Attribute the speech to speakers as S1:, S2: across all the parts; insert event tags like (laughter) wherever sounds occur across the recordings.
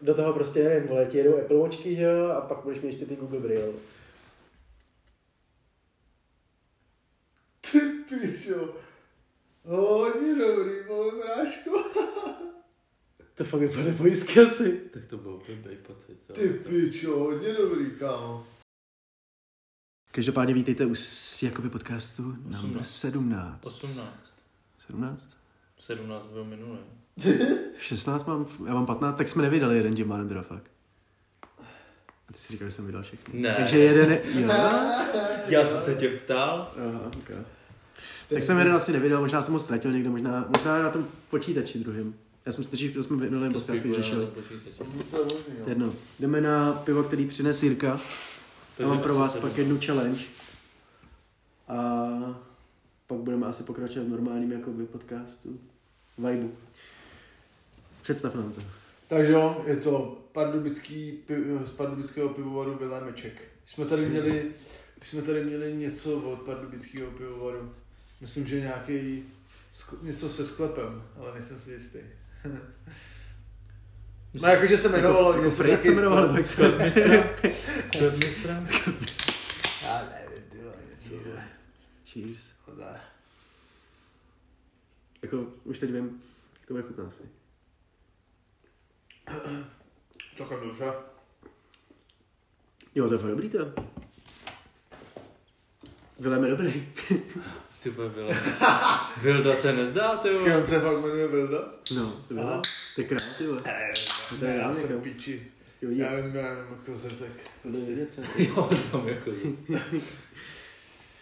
S1: do toho prostě, nevím, vole, ti jedou Apple Watchky, že jo, a pak budeš mít ještě ty Google Brille.
S2: Ty pičo. Hodně dobrý, vole, mráško.
S1: To fakt vypadá pojistky asi.
S3: Tak to byl blbý pocit. ale
S2: Ty
S3: to-
S2: pičo, hodně dobrý, kámo.
S1: Každopádně vítejte u s- Jakoby podcastu number
S3: 18.
S1: 17.
S3: 18.
S1: 17?
S3: 17 byl minulý.
S1: 16 mám, já mám 15, tak jsme nevydali jeden Jim Manem teda fakt. A ty si říkal, že jsem vydal všechny.
S3: Ne.
S1: Takže jeden, je- jo.
S3: Já jsem se tě ptal.
S1: Aha, okay. Tak jsem jeden asi nevydal, možná jsem ho ztratil někde, možná, možná na tom počítači druhým. Já jsem stačí, že jsme v minulém
S3: To
S1: podcastu
S3: spíš
S1: řešili.
S3: řešil. počítač.
S2: No, To je možný,
S1: To
S2: jo.
S1: je Jedno. Jdeme na pivo, který přines Jirka. Já
S3: Takže
S1: mám pro
S3: asi
S1: vás
S3: sedm.
S1: pak jednu challenge. A pak budeme asi pokračovat v normálním jakoby podcastu. Vibu. Představ nám
S2: Jako
S1: to.
S2: Takže jo, je to pardubický, pi- z pardubického pivovaru Vilémeček. Jsme tady měli, jsme tady měli něco od pardubického pivovaru. Myslím, že nějaký skl- něco se sklepem, ale nejsem si
S1: (laughs)
S2: jistý. No jakože se jmenovalo,
S1: jako
S2: něco
S1: Frejt se
S2: nějaký
S1: jmenoval,
S2: sklep.
S1: nebo jak se
S2: (laughs)
S3: Sklep mistra. Sklep mistra.
S2: Já nevím, ty vole, něco. vole.
S1: Cheers.
S2: No tak.
S1: Jako, už teď vím, jak to bude chutná asi.
S2: Celkem dobře.
S1: Jo, to je fakt dobrý to. Vilém je dobrý.
S3: Ty vole, Vilda. Vilda se nezdá, ty
S2: Taky
S3: vole.
S2: on se fakt jmenuje Vilda?
S1: No, to bylo.
S2: Aha.
S1: To je král, ty vole. To je jako
S2: Ne, já
S1: Vilda,
S2: jsem
S1: kámo.
S2: piči.
S1: Jo,
S2: Já
S1: je.
S2: vím, já nevím, jako zrtek.
S1: To je vidět třeba.
S3: Jo, tam jako.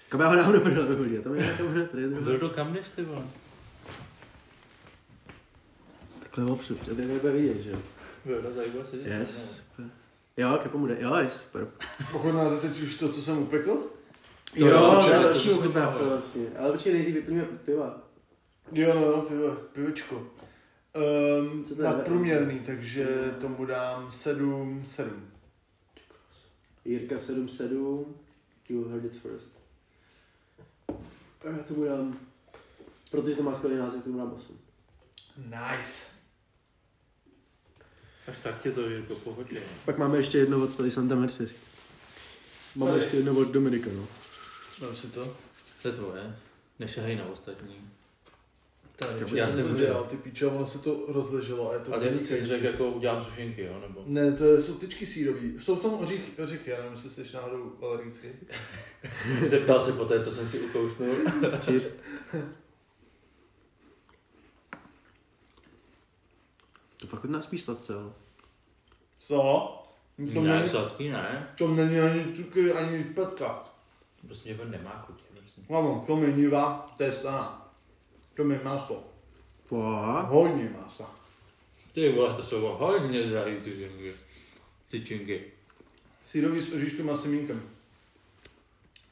S1: Kam já ho dám do prdele, Vilda, tam je nějaká možná tady je druhá.
S3: Vildo, kam jdeš, ty vole?
S1: Takhle opřed, to tady nebude vidět, že jo.
S3: Vilda, tady bude sedět.
S1: Yes, super. Jo, kepo mu jde. Jo, je super.
S2: Pochutnáte teď už to, co jsem upekl?
S1: Jo,
S2: je
S1: to
S2: určitě
S1: je
S3: se
S1: další
S3: to
S1: ochutnávka
S3: smělo.
S1: vlastně. Ale počkej, nejdřív vyplníme piva.
S2: Jo, no, no, pivo, pivečko. Um,
S1: Co to je?
S2: nadprůměrný, takže tomu dám 7, 7.
S1: Jirka 77, you heard it first. Eh, A já tomu dám, protože to má skvělý název, tomu dám 8.
S2: Nice.
S3: Až tak tě to, Jirko, pohodlí.
S1: Pak máme ještě jedno od tady Santa Mercedes. Máme
S2: Tady.
S1: ještě jedno od Dominika, no.
S2: Dám si to.
S3: To je tvoje. Nešahej na ostatní.
S2: Tady,
S1: Já
S2: já
S3: si
S2: jsem to
S3: budu.
S2: dělal, ty píče, ono se to rozleželo a je to
S3: A ty si
S2: vynikající.
S3: řekl, jako udělám sušenky, jo, nebo?
S2: Ne, to je- jsou tyčky sírový. Jsou v tom ořích, ořichy, já nevím, jestli jsi náhodou alergický.
S3: (laughs) Zeptal se po té, co jsem si ukousnul.
S1: Cheers. To fakt od nás spíš sladce, ale.
S2: Co? To
S3: Ne,
S2: není,
S3: sladký ne.
S2: to není ani cukr, ani petka.
S3: Prostě ven nemá chutě. Prostě.
S2: Ano, No, to mi nívá, to je stana. To mi maso.
S1: Pá.
S2: Hodně masa.
S3: Ty vole, to jsou hodně zdraví ty činky. Ty činky.
S2: Sírový s oříškem a semínkem.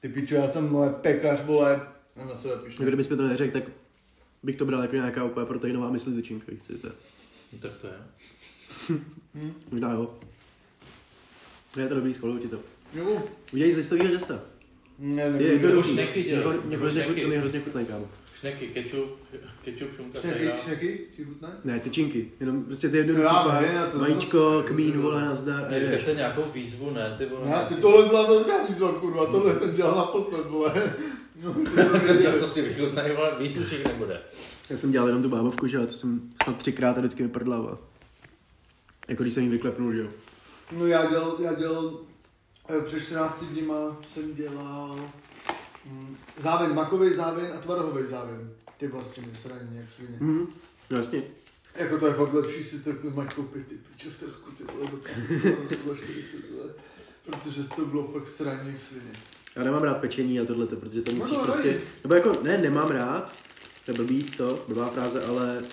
S2: Ty pičo, já jsem moje pekař, vole. Já na sebe píšu.
S1: Kdyby jsme to neřekl, tak bych to bral jako nějaká úplně proteinová mysličinka, když chcete.
S3: No, tak to je.
S1: Možná jo. Je to dobrý, skoluju ti to.
S2: Jo,
S1: Udělej z listového těsta.
S2: ne,
S1: Je
S2: nevím.
S1: jednoduchý.
S3: šneky dělej.
S1: Jako-
S3: Nebo
S1: jako hrozně
S3: šneky.
S1: chut- To mi hrozně chutnají, kámo.
S3: Šneky, kečup, kečup, šunka,
S2: Šneky,
S3: sejra.
S2: šneky, ti chutné?
S1: Ne, tyčinky. Jenom prostě ty jednoduché.
S2: Já vím, já to-
S1: Vajíčko, kmín, vole, nazdar. a
S3: Jirka
S1: jdeš.
S3: chce nějakou výzvu, ne? Ty vole.
S2: Ne, No, ty tohle byla velká výzva, kurva, tohle jsem dělal naposled, vole.
S3: (laughs)
S2: No, jsem to
S3: (laughs) Jsem dělal,
S2: nevěděl.
S3: to si vychutnej, vole, víc už jich nebude.
S1: Já jsem dělal jenom tu bábovku, že jo, to jsem snad třikrát a vždycky mi prdlava. Jako když jsem jí vyklepnul, že jo.
S2: No já dělal, já dělal, eh, před 14 dníma jsem dělal mm, závin, makový závin a tvarohový závin. Ty vlastně mi sraní, jak svině.
S1: Mhm. No jasně.
S2: Jako to je fakt lepší si to mají koupit ty piče v Tesku, ty vole za 30 korun, to bylo 40 vole. Protože to bylo fakt sraní jak svině.
S1: Já nemám rád pečení a tohleto, protože to musíš
S2: to
S1: no,
S2: je
S1: prostě...
S2: dobrý.
S1: Nebo jako, ne, nemám rád, to je blbý to, blbá fráze, ale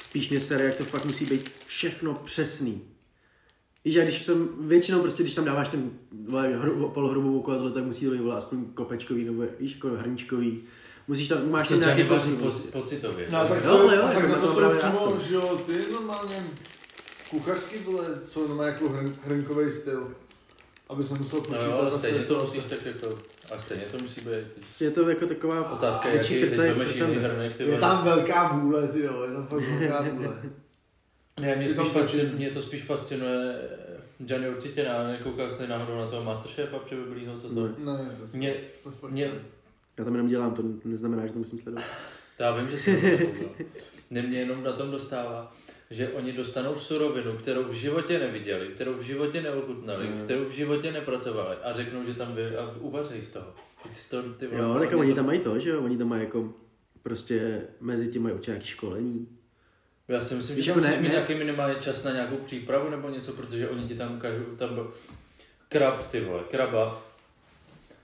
S1: spíš mě sere, jak to fakt musí být všechno přesný. Víš, já když jsem, většinou prostě, když tam dáváš ten vole, hru, polhrubou a tohle, tak musí to být vole, aspoň kopečkový, nebo víš, jako hrničkový. Musíš tam, máš
S3: Máš to
S1: tam nějaký
S3: nějaký
S1: postup.
S3: pocitově.
S2: No a tak
S1: Jo,
S2: to,
S1: jo,
S2: a
S1: jako
S2: tak
S1: na
S2: na to
S1: to
S2: jsou
S1: právě
S2: přímo,
S1: rád.
S2: že jo, ty normálně kuchařky vole, co normálně jako hrn, hrnkový styl. Aby se musel
S3: No jo, ale
S2: a
S3: stejně to
S2: stresovat
S3: musíš
S2: se.
S3: tak jako... A stejně to musí být.
S1: Prostě je to jako taková
S3: Otázka je,
S1: větší
S3: jaký teď
S1: prce-
S3: vemeš jiný
S1: procenta.
S3: hrnek, ty
S2: Je
S3: vole.
S2: tam velká vůle, ty jo, je tam fakt velká vůle.
S3: Ne, mě,
S2: Ty tam prostě-
S3: spíš fascinuje,
S2: točí.
S3: mě to spíš fascinuje, Johnny určitě ne, ale nekoukal jsi náhodou na toho Masterchefa přebylýho, co
S2: No.
S3: to
S1: Ne.
S2: Ne, to
S3: Mě,
S2: to fakt
S3: mě,
S2: ne.
S1: No, Já tam jenom dělám, to neznamená, že to musím sledovat.
S3: to já vím, že jsem to nekoukal. Ne, mě jenom na tom dostává, že oni dostanou surovinu, kterou v životě neviděli, kterou v životě neochutnali,
S1: Mm.
S3: s kterou v životě nepracovali a řeknou, že tam vy, a uvaří z toho. Vždyť To, ty vole,
S1: Jo,
S3: podle
S1: tak
S3: mě
S1: oni
S3: to-
S1: tam mají to, že jo? Oni tam mají jako prostě mezi tím mají určitě nějaké školení.
S3: Já si myslím,
S1: Víš,
S3: že tam
S1: jako
S3: musíš
S1: ne-
S3: mít
S1: ne-
S3: nějaký minimálně čas na nějakou přípravu nebo něco, protože oni ti tam ukážou, tam byl krab, ty vole, kraba,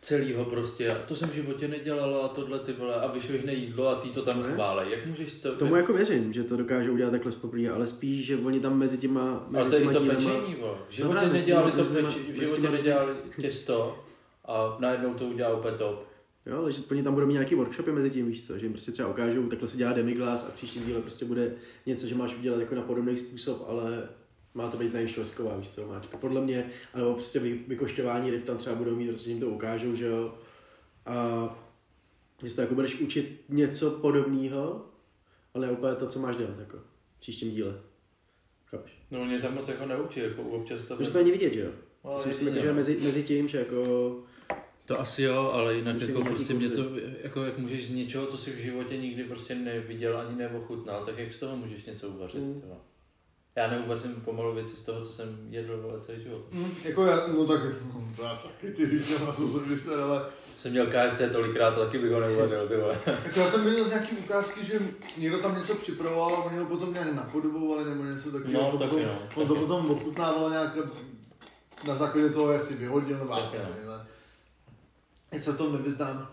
S3: celýho prostě, a to jsem v životě nedělala a tohle ty vole, a vyšvihne jídlo a ty to tam
S1: Ne.
S3: chvále. Jak můžeš to...
S1: Tomu jako věřím, že to dokážou udělat takhle poprvé, ale spíš, že oni tam mezi těma,
S3: ale
S1: mezi
S3: to je i
S1: těma
S3: to
S1: dílama-
S3: pečení, vole. V životě
S1: Dobrá, mezi
S3: nedělali
S1: těma
S3: to
S1: různýma-
S3: pečení, v
S1: mezi těma
S3: životě
S1: různýma-
S3: nedělali (laughs) těsto a najednou to udělá úplně top.
S1: Jo, ale že oni tam budou mít nějaký workshopy mezi tím, víš co, že jim prostě třeba ukážou, takhle se dělá demiglas a v příštím díle prostě bude něco, že máš udělat jako na podobný způsob, ale má to být na švesková, víš co, máčka, podle mě, nebo prostě vy, vykošťování ryb tam třeba budou mít, prostě jim to ukážou, že jo. A že se to jako budeš učit něco podobného, ale úplně to, co máš dělat, jako v příštím díle. Chápeš?
S3: No mě tam moc jako neučí, jako občas to...
S1: Protože to ani vidět, že jo.
S3: Ale
S1: To si myslím,
S3: jedině,
S1: jako, že
S3: no.
S1: mezi, mezi tím, že jako
S3: To asi jo, ale jinak
S1: Musím
S3: jako
S1: mít
S3: prostě mě
S1: nějaký
S3: to, jako jak můžeš z něčeho, co jsi v životě nikdy prostě neviděl ani neochutnal, tak jak z toho můžeš něco uvařit?
S1: Mm.
S3: Mm. Já neuvařím pomalu věci z toho, co jsem jedl vole, celý život.
S2: Hm, Jako já, no tak, no, to já taky ty víš, na co jsem myslel, ale
S3: Jsem měl KFC tolikrát, a taky bych ho neuvařil, ty vole.
S2: Jako já jsem viděl z nějaký ukázky, že někdo tam něco připravoval a oni ho potom nějak napodobovali nebo něco takového.
S3: No,
S2: to
S3: taky
S2: potom,
S3: no,
S2: On to
S3: taky.
S2: potom ochutnával nějak eh, na základě toho, jestli vyhodil nebo
S3: Taky
S2: jak,
S3: no.
S2: nevím, ale Já se v tom nevyznám.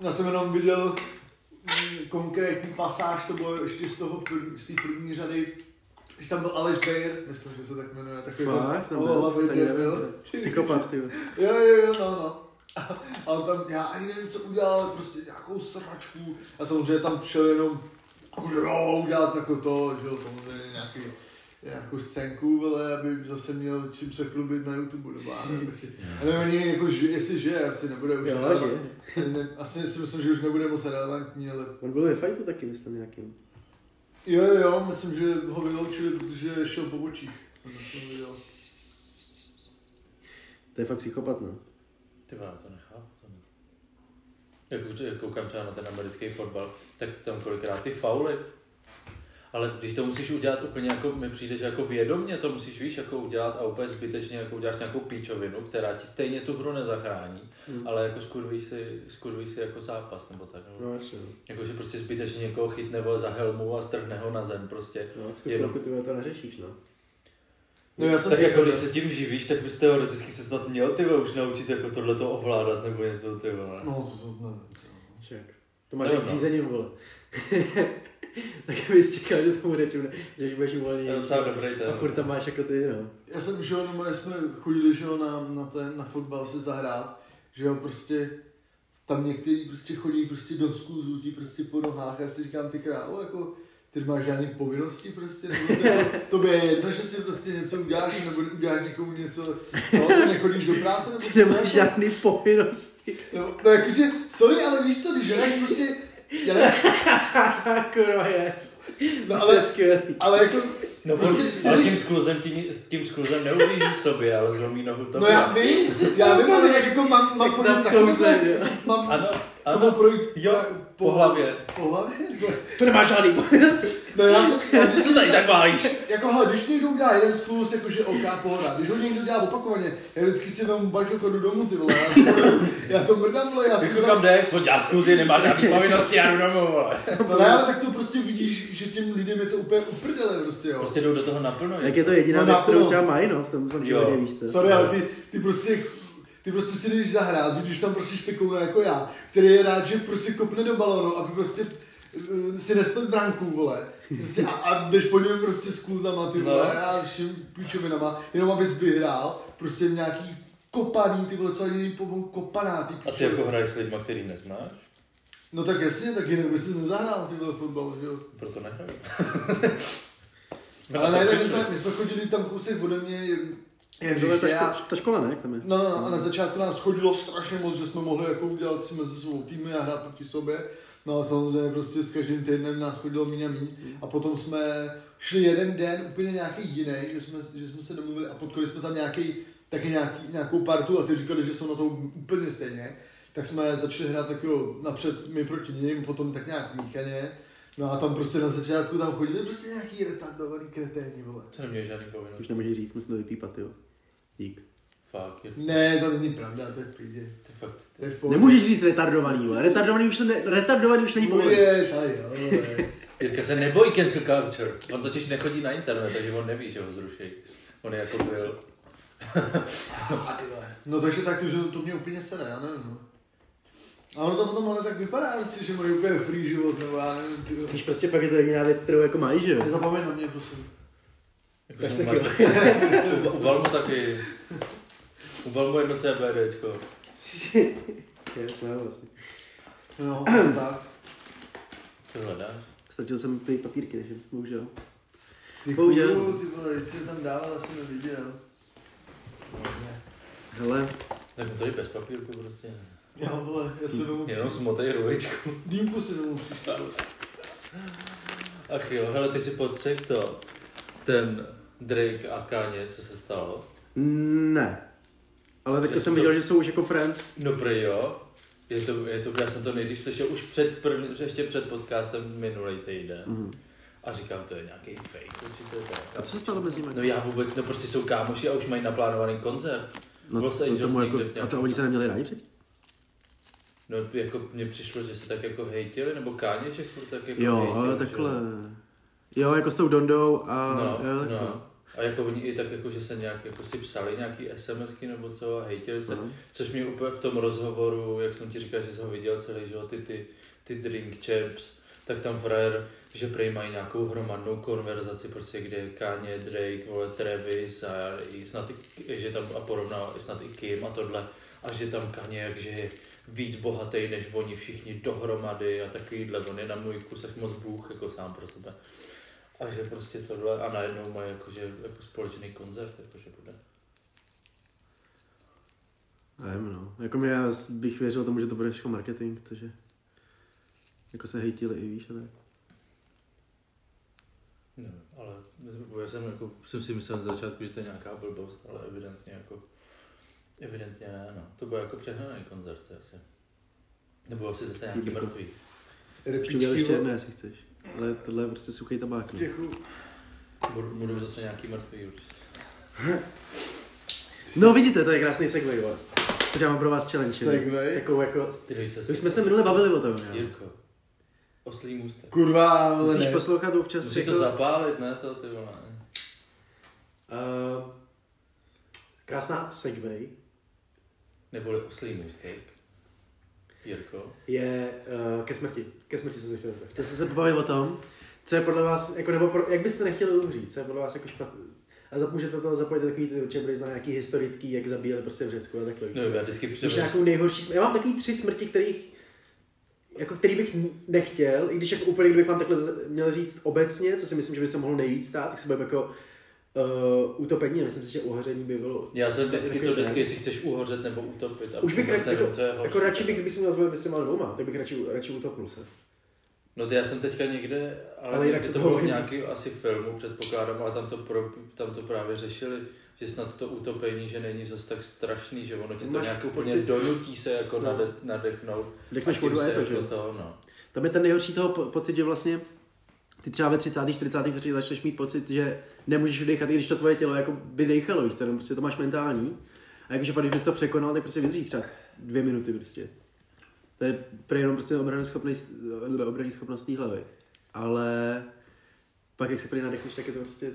S2: Já jsem jenom viděl mm, konkrétní pasáž, to bylo ještě z toho první, z té první řady, když tam byl Aleš Bejer, myslím, že se tak jmenuje, takový jako
S1: fakt, tam byl,
S2: olovavý
S1: tady
S2: děd
S1: nevím,
S2: byl.
S1: to je psychopat, ty. vole.
S2: Jo, jo, jo, no, no. (laughs) A, a on tam, já ani nevím, co udělal, ale prostě nějakou sračku. A samozřejmě tam šel jenom, jo, udělat jako to, že jo, samozřejmě nějaký, nějakou scénku, ale aby zase měl čím se chlubit na YouTube, nebo já nevím, jestli, já nevím, ani jako, ži, jestli žije, asi nebude už
S1: Jo,
S2: relevant-
S1: že?
S2: ne, asi si myslím, že už nebude moc relevantní, ale
S1: On byl ve fajtu taky, myslím, nějakým.
S2: jo, jo, jo, myslím, že ho vyloučili, protože šel po očích. No, To jsem viděl.
S1: To je fakt psychopat, no.
S3: Ty vole, já to nechápu. To ne. Jak už- jak koukám třeba na ten americký fotbal, tak tam kolikrát ty fauly. Ale když to musíš udělat úplně jako, mi přijdeš jako vědomně, to musíš víš jako udělat a úplně zbytečně jako uděláš nějakou píčovinu, která ti stejně tu hru nezachrání,
S1: Mm.
S3: mm. ale jako skurvíš si, skurvíš si jako zápas nebo tak. No.
S1: No, jasně, no.
S3: Jako, že prostě zbytečně někoho chytne vole, za helmu a strhne ho na zem prostě.
S1: No, v tu
S3: Jenom.
S1: chvilku ty vole to neřešíš, no.
S2: No, já jsem
S3: tak jako když se tím živíš, tak bys teoreticky se snad měl ty vole, už naučit jako tohleto ovládat nebo něco ty vole.
S2: No, to jsem nevím. co.
S1: Však. To máš
S3: Jo,
S1: jak
S3: no.
S1: zřízený, vole. (laughs) tak aby jsi čekal, že tomu nečune, že už budeš uvolněný.
S3: To je docela dobrý ten.
S1: A furt tam máš jako ty, no.
S2: Já jsem, že jo, no, my jsme chodili, že jo, na, na, ten, na fotbal si zahrát, že jo, prostě tam někteří prostě chodí prostě do skluzů, ti prostě po nohách, já si říkám, ty králo, jako, ty máš žádný povinnosti prostě, nebo ty,
S1: (laughs)
S2: tobě je jedno, že si prostě něco uděláš, nebo uděláš někomu něco, no, ty nechodíš do práce, nebo
S1: Ty (laughs) nemáš žádný povinnosti.
S2: Nebo, no, jakože, sorry, ale víš co, když ženeš prostě, já ne,
S1: Kurva, yes.
S2: no,
S1: To je
S2: ale,
S1: skvělý.
S2: ale jako,
S3: No,
S2: prostě,
S3: prostě,
S2: si-
S3: ale tím skluzem, ti, ni- s tím skluzem neublížíš sobě, ale zlomí nohu to.
S2: No já vím, já
S1: (laughs)
S2: vím, ale tak jako mám, mám
S1: Tak
S2: podobně
S1: tam
S2: takovýhle-
S1: sklouzne, jo.
S2: mám,
S3: Ano,
S2: Co mu
S3: ano.
S2: projít
S3: Jo,
S2: eh,
S3: po hlavě.
S2: Po hlavě?
S1: To nemáš žádný
S2: (laughs)
S1: povinnosti.
S2: No já jsem, já
S3: Co
S2: vždycky,
S3: tady tak válíš?
S2: jako hele, když někdo udělá jeden sklus, jakože OK, pohoda, když ho někdo dělá opakovaně, já vždycky si vemu baťoku do domu, ty vole, já, to si- já to mrdám, vole, já si
S3: Jako
S2: to
S3: kam
S2: tam,
S3: jdeš? Pojď já skluzi, nemáš žádný povinnosti, já jdu domů, vole.
S2: to ne, ale tak to prostě vidíš, že těm lidem je to úplně uprdele, prostě, jo.
S3: Prostě jdou do toho naplno.
S1: Tak je to jediná
S2: No,
S1: věc, kterou
S2: naplno.
S1: třeba mají, no, v tom, v tom
S3: Jo.
S1: životě, víš co.
S2: Sorry, ale ty, ty prostě, ty prostě si jdeš zahrát, vidíš tam prostě špekouna jako já, který je rád, že prostě kopne do balonu, aby prostě eh, si nesplet bránku, vole. Prostě a, a jdeš po něm prostě s kluzama, ty vole,
S3: No.
S2: a všem píčovinama, jenom abys vyhrál, prostě nějaký kopaný, ty vole, co ani není pomalu kopaná, ty
S3: A ty
S2: píčoviny.
S3: jako hraješ s lidma, který neznáš?
S2: No tak jasně, tak jinak bys si nezahrál, ty vole, fotbal, že jo.
S3: Proto nehraju. No,
S2: Ale ne, tak my (laughs) jsme, my jsme chodili tam kousek ode mě, je, je
S1: Tohle je
S2: hřiště,
S1: ta,
S2: já,
S1: ško- ta škola, ne, jak tam je?
S2: No, no, no, a na začátku nás chodilo strašně moc, že jsme mohli jako udělat si mezi sebou týmy a hrát proti sobě. No a samozřejmě prostě s každým týdnem nás chodilo míň a míň. A potom jsme šli jeden den úplně nějaký jiný, že jsme, že jsme se domluvili a potkali jsme tam nějaký, taky nějaký, nějakou partu a ty říkali, že jsou na to úplně stejně. Tak jsme začali hrát tak jo, napřed my proti ním, potom tak nějak míchaně. No a tam prostě na začátku tam chodili prostě nějaký retardovaný kreténi, vole.
S3: To neměl žádný
S1: Už
S3: povinnost.
S1: nemůžeš říct, musím to vypípat, jo. Dík.
S3: Fuck, je,
S2: Ne, to není pravda, to je v pídě.
S3: to je fakt.
S2: To je v pohodě.
S1: Nemůžeš říct retardovaný, vole. Retardovaný už, to ne, retardovaný už není povinný.
S2: Můžeš, a jo, no, vole.
S3: Jirka se nebojí cancel culture. On totiž nechodí na internet, takže on neví, že ho zruší. On je jako byl.
S2: (laughs) A ty vole. No takže tak to, že to mě úplně sere, já nevím, no. A ono to potom ale tak vypadá, prostě, že mají úplně free život, nebo já nevím, ty vole.
S1: Spíš prostě pak je to jediná věc, kterou jako mají,
S2: (laughs)
S1: že jo.
S2: Nezapomeň na mě, prosím.
S3: Jako,
S2: Tak
S3: že
S2: se
S3: máš-
S2: taky-
S3: (laughs) U Valmu taky. U Valmu jedno CBDčko.
S1: Jasné, vlastně.
S2: No, tak.
S3: Co hledáš?
S1: Ztratil jsem ty papírky, takže bohužel.
S2: Ty
S1: Bohužel.
S2: kuru, ty vole, když jsi tam dával, asi neviděl. No, ne.
S1: Hele,
S3: Tak to je bez papírku prostě.
S2: Jo, vole, já se domů
S3: Jenom smotej ruvičku.
S2: Dýmku si domů
S3: (laughs) Ach jo, hele, ty si postřeh to. Ten Drake a Kanye, co se stalo?
S1: ne. Ale teďka
S3: Jestli
S1: jsem
S3: to-
S1: viděl, že jsou už jako friends.
S3: No prý jo. Je to, je to, já jsem to nejdřív slyšel už před první, že ještě před podcastem minulý týden.
S1: Mhm.
S3: A říkám, to je nějaký fake, určitě to je
S1: A co se stalo mezi
S3: No
S1: nimi?
S3: já vůbec, no prostě jsou kámoši a už mají naplánovaný koncert.
S1: No,
S3: Los
S1: no
S3: Angeles
S1: tomu jako,
S3: někde v
S1: a
S3: nějakém-
S1: to oni se neměli rádi předtím?
S3: No jako mně přišlo, že se tak jako hejtili, nebo Káně, že furt tak jako
S1: Jo,
S3: hejtil,
S1: ale
S3: že
S1: takhle.
S3: jo.
S1: Jo, jako s tou Dondou a...
S3: No,
S1: jo,
S3: no,
S1: takhle.
S3: A jako oni i tak jako, že se nějak jako si psali nějaký SMSky nebo co a hejtili se.
S1: No.
S3: Což mě úplně v tom rozhovoru, jak jsem ti říkal, že jsem ho viděl celý, že jo, ty, ty, ty drink chaps, tak tam frajer, že prej mají nějakou hromadnou konverzaci, prostě kde Kanye, Drake, vole, Travis a i snad i, že tam a porovnal i snad i Kim a tohle. A že tam Kanye, jakže je víc bohatý než oni všichni dohromady a takovýhle, on je na můj kusech moc bůh jako sám pro sebe. A že prostě tohle a najednou mají jakože, jako společný koncert, jakože bude.
S1: Nevím, no. Jako mi já bych věřil tomu, že to bude všechno marketing, protože... Jako se hejtili i víš, a tak. Hmm.
S3: No, ale já jsem, jako, jsem si myslel na začátku, že to je nějaká blbost,
S1: No.
S3: ale evidentně jako, evidentně ne, no. To byl jako přehnaný koncert asi. Nebo asi zase nějaký
S1: Jako-
S3: mrtvý.
S1: Ještě udělal ještě
S2: Repičky,
S1: jedno,
S2: vole. jako
S1: jestli chceš. Ale tohle je prostě suchý tabák. No.
S2: Děkuju.
S3: Budu, budu zase nějaký mrtvý už.
S1: no vidíte, to je krásný segway, vole. Takže já mám pro vás challenge. jednu.
S2: Segway?
S1: Takovou jako...
S3: Ty nevíš, co
S1: Už jsme se minule bavili o tom, jo.
S3: Jirko, oslý můstek.
S2: Kurva, ale
S1: Musíš
S2: ne.
S1: poslouchat občas jako,
S3: Musíš to zapálit, ne to, ty vole.
S1: Uh, krásná segway
S3: Neboli oslý můstek. Jirko.
S1: je uh, ke smrti. Ke smrti jsem se chtěl dostat. Chtěl jsem se pobavit o tom, co je podle vás, jako, nebo pro, jak byste nechtěli umřít, co je podle vás jako špatné. A za, můžete do toho zapojit takový ty, určitě budeš znát nějaký historický, jak zabíjeli prostě v Řecku a takhle. víš
S3: No,
S1: co?
S3: já vždycky
S1: Víš
S3: přemýšlím.
S1: nějakou jako nejhorší smrt. Já mám takový tři smrti, kterých jako který bych nechtěl, i když jako úplně, kdybych vám takhle z- měl říct obecně, co si myslím, že by se mohlo nejvíc stát, tak se budeme jako uh, utopení, myslím si, že uhoření by bylo.
S3: Já jsem vždycky
S1: Takový
S3: to
S1: ten.
S3: vždycky, jestli chceš uhořet nebo utopit. a
S1: Už bych
S3: vůbec
S1: radši,
S3: nevím, co je
S1: jako,
S3: horší.
S1: jako radši bych, kdybych si měl zvolit mezi těma dvouma, tak bych radši, radši utopnul se.
S3: No to já jsem teďka někde, ale,
S1: Ale
S3: ale
S1: jinak
S3: jinak
S1: se
S3: to
S1: toho
S3: bylo v
S1: bojím
S3: nějakém asi filmu, předpokládám, ale tam to, pro, tam to právě řešili, že snad to utopení, že není zas tak strašný, že ono tě to
S1: Máš jako
S3: nějak úplně
S1: pocit-
S3: donutí se jako
S1: No.
S3: no. nade, nadechnout.
S1: Dechneš
S3: A tím
S1: vodu a
S3: se
S1: je to,
S3: jako
S1: že jo?
S3: To, no.
S1: Tam je ten nejhorší toho po- pocit, že vlastně ty třeba ve 30. 40. vteřině začneš mít pocit, že nemůžeš vydechat, i když to tvoje tělo jako by dechalo, víš, co, jenom prostě to máš mentální. A jakože fakt, když bys to překonal, tak prostě vydržíš třeba dvě minuty prostě. To je prý jenom prostě obrany schopnost, obrany schopnost té hlavy. Ale pak, jak se prý nadechneš, tak je to prostě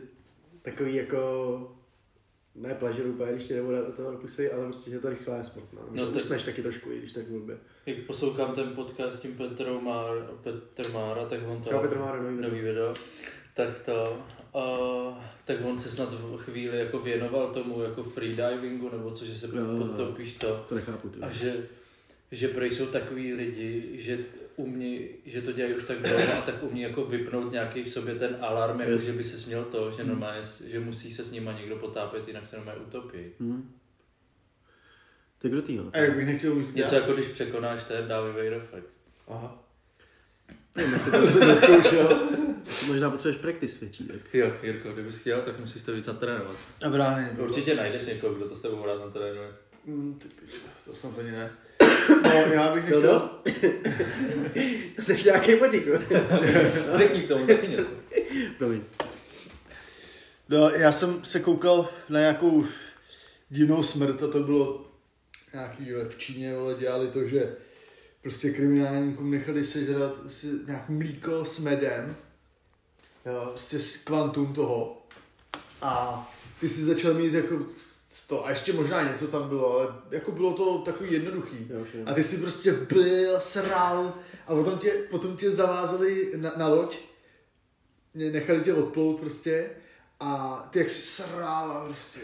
S1: takový jako ne pleasure úplně, když tě nebo do toho do pusy, ale prostě, že je to rychlá sport. No. no
S3: No tak-
S1: Usneš taky trošku, i když tak blbě.
S3: Jak poslouchám ten podcast s tím Petrou Már, Petr Mára, tak on to...
S1: Třeba Petr Mára, nový video.
S3: nový video. Tak to... Uh, tak on se snad v chvíli jako věnoval tomu jako freedivingu, nebo co, že se
S1: Jo, jo, jo.
S3: potopíš to.
S1: To nechápu. Ty.
S3: A že, že prej jsou takový lidi, že umí, že to dělají už tak dlouho a tak umí jako vypnout nějaký v sobě ten alarm, jako
S1: Yes.
S3: že by se směl to, že normálně, že musí se s nima někdo potápět, jinak se normálně utopí.
S1: Hmm. Tak kdo týho?
S2: A jak bych nechtěl umřít
S3: Něco
S2: já?
S3: jako když překonáš ten dávivý reflex.
S2: Aha.
S1: Nevím, jestli to,
S2: To jsem neskoušel.
S1: to možná potřebuješ practice větší. Tak.
S3: Jo, Jirko, kdybys chtěl, tak musíš to víc natrénovat.
S2: A brány.
S3: Určitě najdeš někoho, kdo to s tebou rád natrénuje. (laughs)
S2: Mm, ty pičo, to snad ani ne. No, já bych
S1: Jo,
S2: nechtěl...
S1: no.
S2: (laughs)
S1: Jsi nějaký potiku.
S3: Řekni k tomu taky něco.
S1: Promiň.
S2: No, já jsem se koukal na nějakou divnou smrt a to bylo nějaký vole, v Číně, ale dělali to, že prostě kriminálníkům nechali sežrat si nějak mlíko s medem, jo, prostě s kvantum toho a ty si začal mít jako to a ještě možná něco tam bylo, ale jako bylo to takový jednoduchý.
S1: Jo, jo.
S2: A ty si prostě byl, sral a potom tě, potom tě zavázali na, na loď, ne- nechali tě odplout prostě a ty jak jsi sral a prostě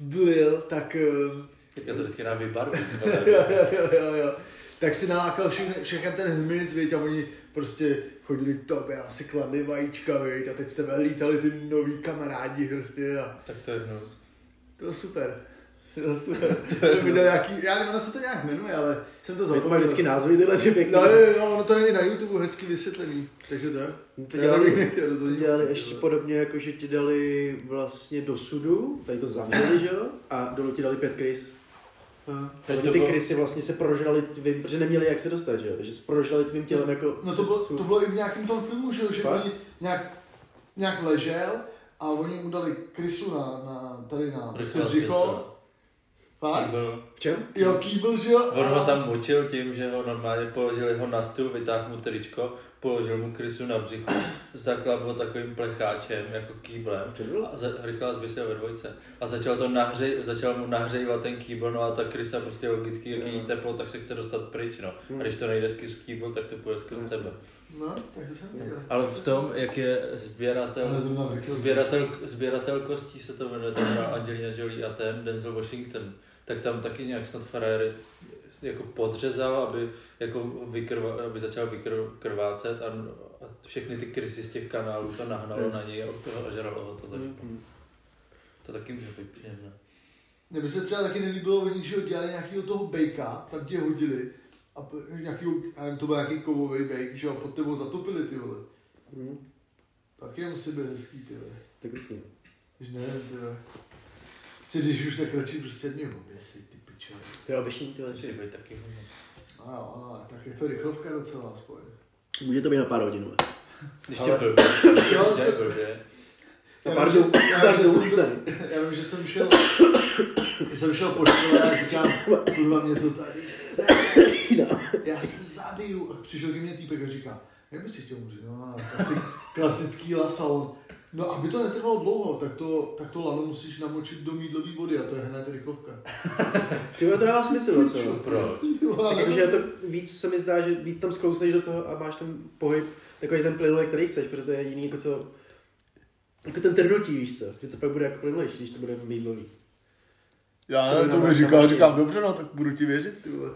S2: byl, tak ehm,
S3: Já to vždycky dám vybarvit. (laughs)
S2: jo, (laughs) jo, jo, jo, jo. tak si nalákal všechny, všechen ten hmyz, viď, a oni prostě chodili k tobě a si kladli vajíčka, viď, a teď s tebe lítali ty noví kamarádi prostě a
S3: Tak to je hnus.
S2: to bylo super. To bylo super. to bylo nějaký, já nevím, ono se to nějak jmenuje, ale jsem to
S1: To mají
S2: zautomobil.
S1: vždycky názvy tyhle ty pěkný.
S2: No jo, jo, ono to je i na YouTube hezky vysvětlený, takže tak.
S1: To
S2: Já bych
S1: dělali,
S2: nechtěl
S1: to
S2: rozhodně
S1: dělali
S2: moc,
S1: ještě
S2: ale-
S1: podobně, jako že ti dali vlastně do sudu, tady to zavřeli, že jo, a dolů ti dali pět krys.
S2: A-
S3: Teď
S1: Oni
S3: to
S1: ty
S3: bylo-
S1: krysy vlastně se prožrali tvým, protože neměli jak se dostat, že jo, takže se prožrali tvým tělem jako...
S2: No to bylo, to bylo i v nějakém tom filmu, že, jo, že
S1: Fakt?
S2: oni nějak, nějak ležel a oni mu dali krysu na, na tady na břicho. Fakt?
S3: byl.
S1: V čem?
S2: Jo, kýbl, že jo?
S3: On
S2: a-
S3: ho tam močil tím, že ho normálně položil ho na stůl, vytáhl mu tričko, položil mu krysu na břichu, zaklap ho takovým plecháčem, jako kýblem.
S1: To bylo?
S3: A za, rychle zběsil ve dvojce. A začal, to nahřej, začal mu nahřejvat ten kýbl, no a ta krysa prostě logicky, jak je jí teplo, tak se chce dostat pryč, no.
S1: Hmm.
S3: A když to nejde skrz kýbl, tak to půjde skrz
S1: Jasně.
S3: tebe.
S2: No, tak to jsem viděl.
S3: Ale v tom, jak je
S2: Ale
S3: sběratel,
S2: zrovna vykl-
S3: sběratel, sběratel kostí se to jmenuje, to hra Angelina Jolie a ten Denzel Washington, tak tam taky nějak snad Ferrari jako podřezal, aby, jako vykrva, aby začal vykrvácet a, a, všechny ty krysy z těch kanálů to nahnalo na něj a od toho ožralo ho to za
S2: Hmm.
S1: Hmm.
S3: To taky může být příjemné.
S2: Mně by se třeba taky nelíbilo, oni že jo, dělali nějakého toho bejka, tam tě hodili a p- nějakýho, já nevím, to byl nějaký kovový bejk, že jo, pod tebou zatopili ty vole.
S1: Hm,
S2: Taky musí být hezký ty vole.
S1: Tak určitě.
S2: Když nevím, ty vole. Prostě když už tak radši prostě mě oběsit, ty piče.
S1: To je obyčejný ty
S3: To
S1: vole,
S3: musí
S1: že-
S3: být taky hodně.
S2: A jo, ano, no, tak je to rychlovka docela aspoň.
S1: Může to být na pár hodin, vole.
S3: Když
S1: Ale-
S3: tě blbě,
S2: Jo,
S3: když tě
S2: se-
S3: blbě,
S2: Já
S1: pár
S2: vím, že-
S1: dou-
S2: já
S1: pár
S2: vím, že jsem
S1: douhlíků.
S2: byl- (coughs) Já vím, že jsem šel, (coughs) že jsem šel po škole a říkám, kurva mě to tady se, já se zabiju. A přišel ke mně týpek a říká, jak by si chtěl umřít? No, asi klasický lasaon. No, aby to netrvalo dlouho, tak to, tak to lano musíš namočit do mídlový vody a to je hned rychlovka. (laughs)
S1: Ty vole, to dává smysl, vole, co?
S3: proč?
S2: Ty vole, no.
S1: Jakože je to víc se mi zdá, že víc tam zkousneš do toho a máš ten pohyb, takový ten plynulý, který chceš, protože to je jediný jako co... Jako ten trnutí, víš co? Že to pak bude jako plynulejší, když to bude mýdlový.
S2: Já
S1: nevím, to mi říkal, říkám,
S2: dobře, no, tak budu ti věřit, ty vole.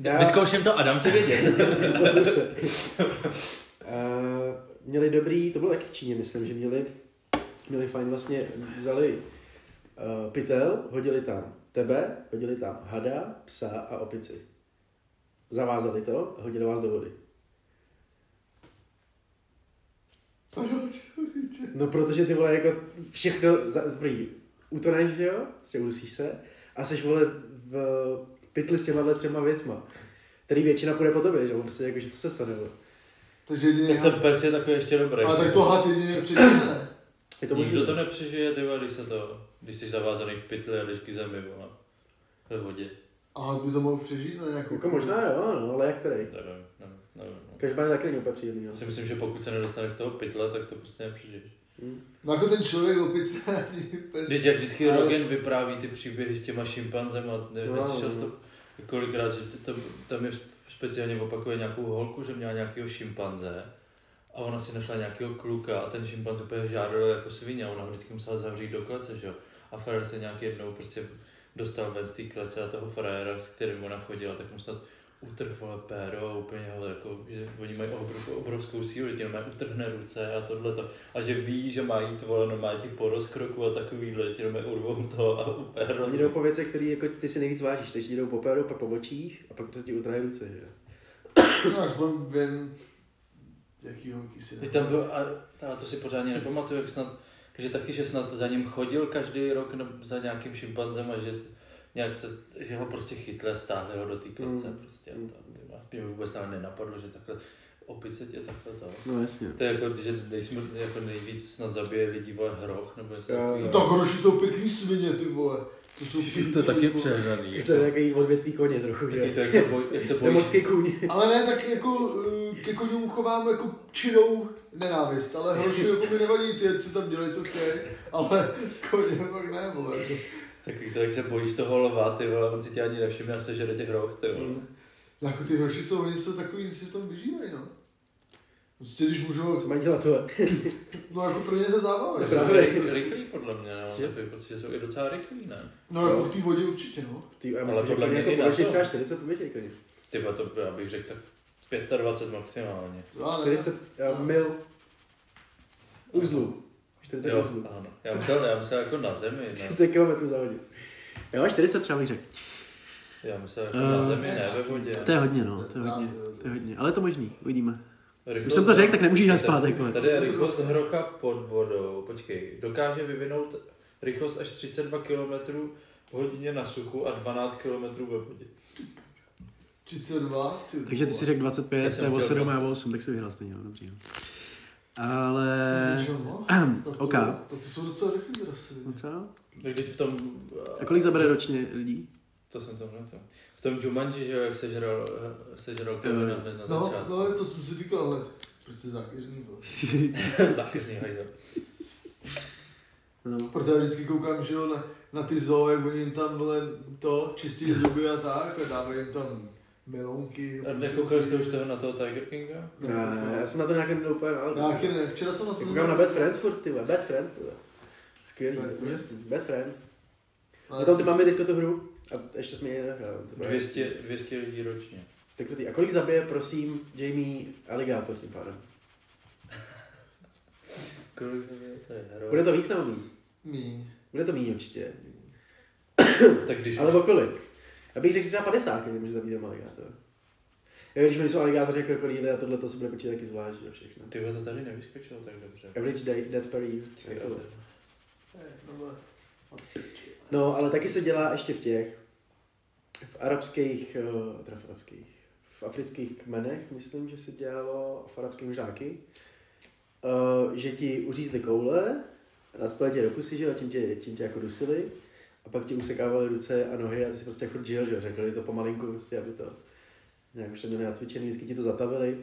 S1: Já
S3: Vyzkouším to, Adam
S1: (laughs)
S3: tě vědět.
S1: Pozor se. Eh, měli dobrý, to bylo taky v Číně, myslím, že měli, měli fajn vlastně, vzali uh, pytel, hodili tam tebe, hodili tam hada, psa a opici. Zavázali to a hodili vás do vody. No protože ty vole jako všechno, za, prý, utoneš, že jo, si udusíš se a seš vole v pytli s těma třema věcma, který většina půjde po tobě, že jo, prostě jako, že to se stane, vole.
S2: Takže jediný
S3: Tak ten pes je takový ještě dobrý.
S2: Ale tak to had jediný předtím, ne?
S1: Je
S3: To
S1: to
S3: Nikdo
S1: možný.
S3: to nepřežije, ty vole, když se to, když jsi zavázaný v pytli a jdeš k zemi, vole. Ve vodě,
S2: A had by to mohl přežít no, na nějakou...
S1: Jako možná jo, no, ale jak tady.
S3: nevím, nevím, nevím. No.
S1: Každopádně taky není úplně příjemný. No.
S3: Já si myslím, že pokud se nedostaneš z toho pytle, tak to prostě nepřežiješ.
S1: Hmm.
S2: No jako ten člověk opice ani pes.
S3: Teď jak vždycky
S2: Ale-
S3: Rogan vypráví ty příběhy s těma šimpanzem a nevím,
S1: No,
S3: neslyšel
S1: no.
S3: jsi to kolikrát, že to, tam je speciálně opakuje nějakou holku, že měla nějakého šimpanze a ona si našla nějakého kluka a ten šimpanz úplně žádal jako svině a ona ho vždycky musela zavřít do klece, že jo. A Ferrer se nějak jednou prostě dostal ven z té klece a toho frajera, s kterým ona chodila, tak mu snad utrhl vole péro a úplně ho jako, že oni mají obrovskou, obrovskou sílu, že ti normálně utrhne ruce a tohle to. A že ví, že mají to vole normálně ti po rozkroku a takovýhle, že ti normálně urvou to a upéro.
S1: Oni jdou po věcech, které jako ty si nejvíc vážíš, takže ti jdou po péru, pak po očích a pak se ti utraje ruce, že jo.
S2: No aspoň vím, Jaký honky si
S3: Teď tam byl, a, ale to si pořádně nepamatuju, jak snad, že taky, že snad za ním chodil každý rok nebo za nějakým šimpanzem a že nějak se, že ho prostě chytli a stáhli ho do té klece
S1: Mm.
S3: mm. prostě. Tam, ty vole. mě vůbec ale nenapadlo, že takhle opice tě takhle to.
S1: No jasně.
S3: To je jako, že nejsme, jako nejvíc snad zabije lidí vole hroch nebo něco
S1: Jo,
S3: takového.
S1: jo.
S2: No, Tak hroši jsou pěkný svině, ty vole. To jsou pěkný,
S3: To je taky
S2: vole.
S3: přehraný.
S1: To
S3: Jako.
S1: je nějaký odvětví koně trochu,
S3: Taky
S1: že?
S3: to, jak se, boj, jak se
S1: To je
S3: bojíš.
S1: mořský kůň.
S2: Ale ne, tak jako eh, ke koním chovám jako čirou nenávist, ale hroši jako mi nevadí, ty ať si tam dělají, co chtějí, ale koně pak ne, vole. Jako.
S3: Taky to, jak se bojíš toho lva, ty vole, on si tě ani nevšimne a sežere těch hroch, ty
S1: Hmm.
S3: vole.
S2: Jako ty hroši jsou něco takový, si tam vyžívají, no. Prostě když můžou,
S1: Co mají dělat tohle?
S2: no jako pro ně se zábava,
S3: Jsou
S2: že?
S1: Právě.
S3: rychlí- Rychlí podle mě, no,
S1: Co?
S3: takový, protože jsou i docela rychlí, ne?
S2: No jako v té vodě určitě, no.
S1: Ty, já
S3: Ale
S1: myslím, že
S3: podle
S1: koně
S3: mě no.
S1: jako
S3: i na
S1: poběží
S3: to.
S1: třeba 40 poběží koně.
S3: Ty vole, to by- já bych řekl tak 25 maximálně.
S2: To já nevím.
S1: 40 eh, mil uzlů. 40 uzlů.
S3: ano. Já myslel, já myslel jako na zemi, ne?
S1: 30 km za hodinu. Jo, 40 třeba bych řekl.
S3: Já myslel jako na
S1: Eh,
S3: zemi, ne ve vodě.
S1: To je hodně, no, to je
S2: Já,
S1: hodně.
S2: jo,
S1: To je hodně, ale je to možný, uvidíme.
S3: Rychlost-
S1: Už jsem to řekl, tak nemůžu jít na
S3: Tady-
S1: zpátek, vole.
S3: Tady je rychlost hrocha pod vodou, počkej, dokáže vyvinout rychlost až 32 km v hodině na suchu a 12 km ve vodě.
S2: 32, ty
S1: Takže ty si řekl
S3: Já
S1: 25,
S3: jsem
S1: nebo
S3: chtěl
S1: 7, nebo
S3: 20.
S1: 8, tak si vyhrál stejně, no, dobře. (clears throat) Ale...
S2: No, tak to,
S1: eh, OK.
S2: tak to jsou docela rychlý zrasy.
S1: No co?
S3: Tak teď v tom... eh,
S1: A kolik zabere ročně lidí?
S3: To jsem to nechtěl. V tom Jumanji, že jo, jak sežral, eh, sežral Kevina hned na
S2: No,
S3: začátku.
S2: no, to jsem si říkal hned. Prostě zákeřný, vole.
S3: Zákeřný hajzel.
S1: no.
S2: Proto já vždycky koukám, že jo, na, na ty zoo, jak oni jim tam vole, to, čistí zuby a tak a dávají jim tam prostě. melonky.
S3: A Nekoukali jste už toho na toho Tiger Kinga?
S1: Ne, já jsem na to nějak nebyl úplně
S2: Nějaký
S1: náladu.
S2: ne, včera jsem na to
S1: Já koukám na Bad Friends furt, ty vole, Bad Friends, ty vole. Skvělý,
S2: Bad Friends.
S1: úžasný. Bad Friends.
S2: Ale
S1: No tam ty máme teďko tu hru a ještě jsme ji nehráli. to bylo-
S3: 200, 200 lidí ročně.
S1: Tak dobrý. A kolik zabije, prosím, Jamie Alligator tím pádem?
S3: Kolik to je? To je hro.
S1: Bude to víc nebo míň?
S2: Míň.
S1: Bude to míň určitě.
S3: Tak když
S1: Ale
S3: už...
S1: o kolik? Já bych řekl třeba 50, když může zabít ten aligátor. Já když mi jsou aligátoři jako kolíny a tohle to se bude počítat taky zvlášť, že všechno.
S3: Ty vole, to tady nevyskočilo tak dobře.
S1: Average day, death per year.
S3: Ty
S1: Takhle.
S3: vole.
S2: Eh, no, vole.
S1: No, ale taky se dělá ještě v těch, v arabských, eh, teda v arabských, v afrických kmenech, myslím, že se dělalo, v arabských možná taky, eh, že ti uřízli koule, nadspali tě do pusy, že jo, tím tě, tím tě jako dusili, a pak ti usekávali ruce a nohy a ty si prostě furt žil, že jo, řekli to pomalinku, prostě, aby to nějak už to měli nacvičený, vždycky ti to zatavili.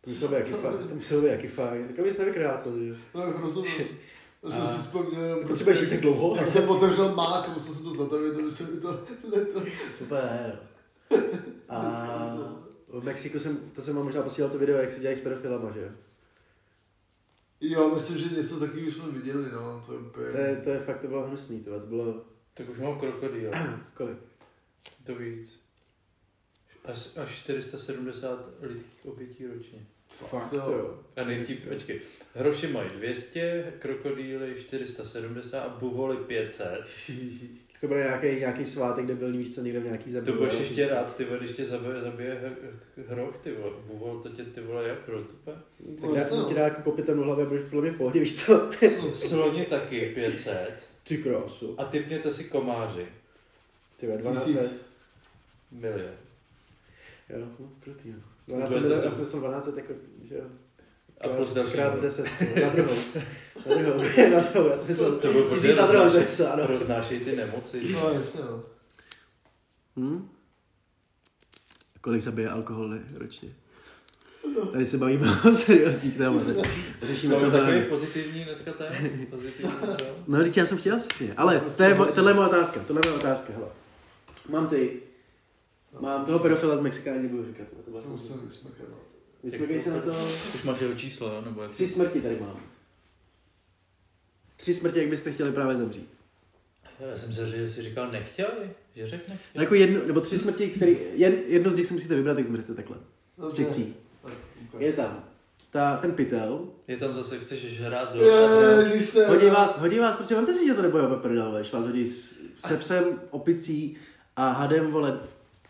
S1: To muselo být jaký fajn, to muselo být jaký fajn, tak abys nevykrácel, že jo.
S2: No, tak rozumím. To jsem
S1: A-
S2: si vzpomněl jenom,
S1: Potřebuješ jít tak dlouho?
S2: jak jsem otevřel mák, musel jsem to zatavit, aby se mi to (laughs) leto.
S1: Úplně ne, (laughs) no. A v Mexiku jsem, to jsem vám možná posílal to video, jak se dělají s pedofilama, že jo?
S2: Jo, myslím, že něco takového jsme viděli, no, to je úplně...
S1: To je, to je fakt, to bylo hnusný, to, to bylo, (clears throat)
S3: Tak už mám krokodýl.
S1: kolik?
S3: To víc. Až, až 470 lidských obětí ročně.
S1: Fakt,
S2: jo.
S1: (laughs) jo.
S3: A nejvtip, počkej, hroši mají 200, krokodýly 470 a buvoly 500.
S1: to bude nějaký, nějaký svátek, kde byl víc, co někde v nějaký
S3: To
S1: zabíjí.
S3: budeš ještě rád, ty vole, když tě zabije, zabije h- h- hroch, ty vole. Buvol to tě, ty vole, jak rozdupe?
S1: Tak
S2: No,
S1: já
S2: jasně,
S1: jsem
S2: no.
S1: ti dá jako kopitem do hlavy a budeš podle mě v pohodě, víš co?
S3: Sloni taky 500.
S1: (laughs) Ty krásu.
S3: A typněte si komáři.
S1: Ty ve 12
S2: Tisíc.
S1: let.
S3: Milion.
S1: Jo, no, krutý, no. 12
S3: Bude to
S1: let, já
S3: se-
S1: jsem- jsem 12 let, jako, že jo.
S3: A plus další. no.
S1: Krát
S3: milion.
S1: 10, na
S3: (laughs)
S1: druhou. Na druhou, na druhou, já jsem myslel.
S3: To bylo
S1: Tisíc
S3: prostě
S1: na druhou,
S3: roznášej,
S1: že se, ano.
S3: roznášej ty nemoci.
S2: No, jasně, no.
S1: Hmm? A Kolik zabije alkohol ročně? Tady se bavíme (laughs) o seriózních tématech. Řešíme
S3: To byl takový
S1: problémy.
S3: pozitivní dneska ten. (laughs) Pozitivní, jo.
S1: No, teď já jsem chtěl přesně. Ale to je, mo- tohle je moje otázka. Tohle je moje otázka, hele. Mám ty, mám toho pedofila z Mexika, nebudu říkat. To
S2: To
S1: bylo-
S2: musím vysmrkat, no.
S1: Vysmrkej se na to.
S3: Už máš jeho číslo, jo? nebo jak?
S1: Tři smrti tady mám. Tři smrti, jak byste chtěli právě zemřít.
S3: Já jsem se říkal, že jsi říkal nechtěli, že řekl
S1: No,
S3: nechtěli.
S1: jako jedno, nebo tři smrti, který, jen, jedno z nich si musíte vybrat, jak zemřete takhle. Z
S2: Dobře.
S1: těch tří.
S2: Tak, ukáž.
S1: Je tam ta, ten pytel,
S3: Je tam zase, chceš žrát do...
S2: Ježiš se.
S1: Hodí vás, hodí vás, prostě vemte si, že to nebude oba prdel, veš, vás hodí s, se psem, opicí a hadem, vole,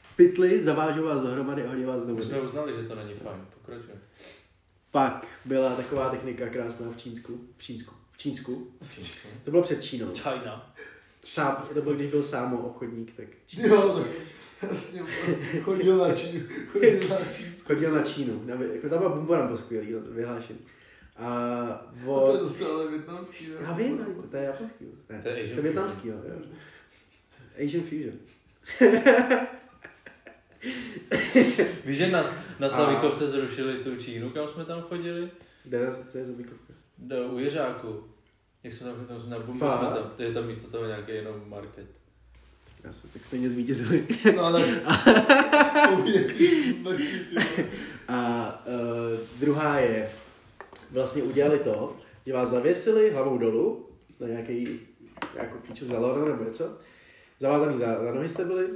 S1: v pytli, zavážou vás dohromady a hodí vás do
S3: My jsme
S1: vody.
S3: uznali, že to není fajn, pokračuj.
S1: Pak byla taková technika krásná v Čínsku. V Čínsku. V Čínsku. To bylo před Čínou.
S3: China.
S1: Sám, to byl, když byl sámo obchodník, tak Čín-
S2: Jo, tak jasně, chodil na Čínu, chodil na Čínsku.
S1: chodil na Čínu. Na, vy- jako tam byla bomba byl skvělý, vyhlášený. A
S2: A to
S1: od...
S2: je zase ale větnamský, ne?
S1: Já vím, ale to je japonský. jo. Ne,
S3: To je Asian
S1: to je větnamský, jo. jo. Asian Fusion.
S3: Víš, že na, na
S1: A-
S3: Slavikovce zrušili tu Čínu, kam jsme tam chodili?
S1: Dnes, to je zubikovka.
S3: Do, u Jiřáku. Jak jsme tam, tam jsme na Bumbu, jsme
S1: Fakt?
S3: tam, je tam místo toho nějaký jenom market.
S1: Já jsem tak stejně zvítězili.
S2: No ale... To je ty smrti, ty vole.
S1: A uh, druhá je, vlastně udělali to, že vás zavěsili hlavou dolů na nějaký jako píču zalona nebo něco. Zavázaný za, za nohy jste byli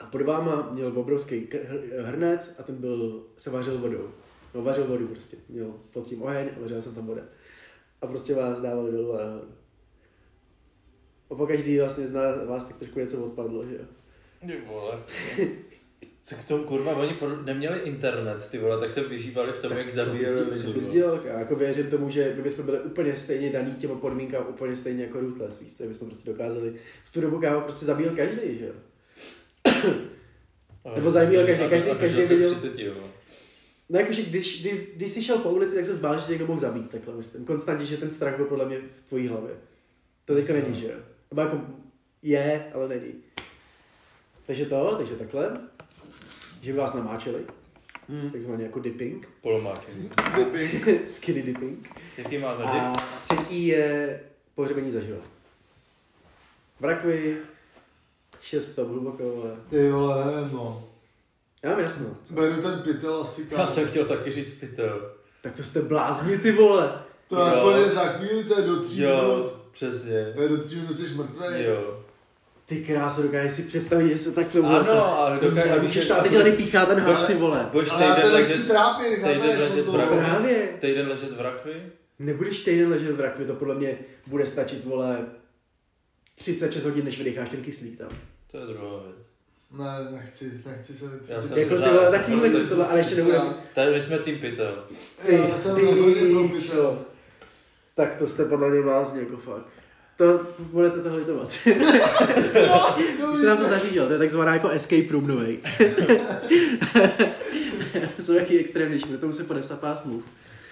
S1: a pod váma měl obrovský kr- hr- hrnec a ten byl, se vařil vodou. No vařil vodu prostě, měl pod tím oheň a vařila jsem tam voda. A prostě vás dávali dolů a nahoru. A po každý vlastně z nás, vás tak trošku něco odpadlo, že jo.
S3: Ty vole. Co k tomu kurva, oni pro- neměli internet, ty vole, tak se vyžívali v tom, jak zabíjeli
S1: co
S3: lidi.
S1: bys
S3: vole.
S1: dělal? Já jako věřím tomu, že my bychom byli úplně stejně daný těma podmínkám, úplně stejně jako Ruthless, víš, co? My bychom prostě dokázali, v tu dobu kámo prostě zabíjel každý, že jo?
S3: Ale
S1: Nebo zabíjel každý-
S3: a- a-
S1: každý-
S3: a- a-
S1: každý
S3: žil se s
S1: viděl-
S3: 30, vole.
S1: No jakože když, kdy, když jsi šel po ulici, tak se zbál, že tě někdo mohl zabít, takhle myslím. Konstantně, že ten strach byl podle mě v tvojí hlavě. To teďka není, že jo? Nebo jako je, ale není. Takže to, takže takhle. Že by vás namáčeli, takzvaně jako dipping, (laughs)
S3: Polomáčení.
S2: Debing.
S1: skinny dipping.
S3: Jaký máme
S1: A
S3: dip?
S1: třetí je pohřebení zaživa. V rakvi, šest top hluboko, ale...
S2: Ty vole, nevím no.
S1: Já mám jasno. co?
S2: Beru ten pytel asi
S3: Já
S2: kam.
S3: jsem chtěl taky říct pytel.
S1: Tak to jste blázni, ty vole.
S2: To je
S3: Jo.
S2: aspoň za chvíli, to je do tří minut.
S3: Jo, přesně.
S2: To je do tří minut, jsi mrtvej.
S3: Jo.
S1: Ty krásu, dokážeš si představit, že se takhle vole.
S3: Ano, ale dokážu...
S1: Víš, a teď tady píká ten háč, ty vole.
S3: Budeš
S2: Ale já se
S3: týden
S2: nechci
S3: ležet,
S2: trápit, chápeš?
S3: týden ležet
S2: potom.
S3: v rakvi.
S1: Právě.
S3: týden ležet v rakvi?
S1: Nebudeš týden ležet v rakvi, to podle mě bude stačit, vole, 36 hodin, než vydecháš ten kyslík tam.
S3: To je druhá věc.
S2: Ne, nechci, nechci se
S3: Já
S2: vytřítit.
S3: jsem
S1: Jako ty
S3: zrál,
S1: vole,
S3: jsem
S1: taky nechci
S3: prostě-
S1: tohle, ale ještě nebude.
S3: Tady jsme tým pytel.
S2: Já jsem rozhodně pro pytel.
S1: Tak to jste podle mě blázni, jako fakt. To budete toho litovat.
S2: Jo,
S1: Už se nám to
S2: dobře.
S1: zařídil, to je takzvaná jako escape room novej. (laughs) Jsou jaký extrémnější, k tomu se podepsat pár smluv.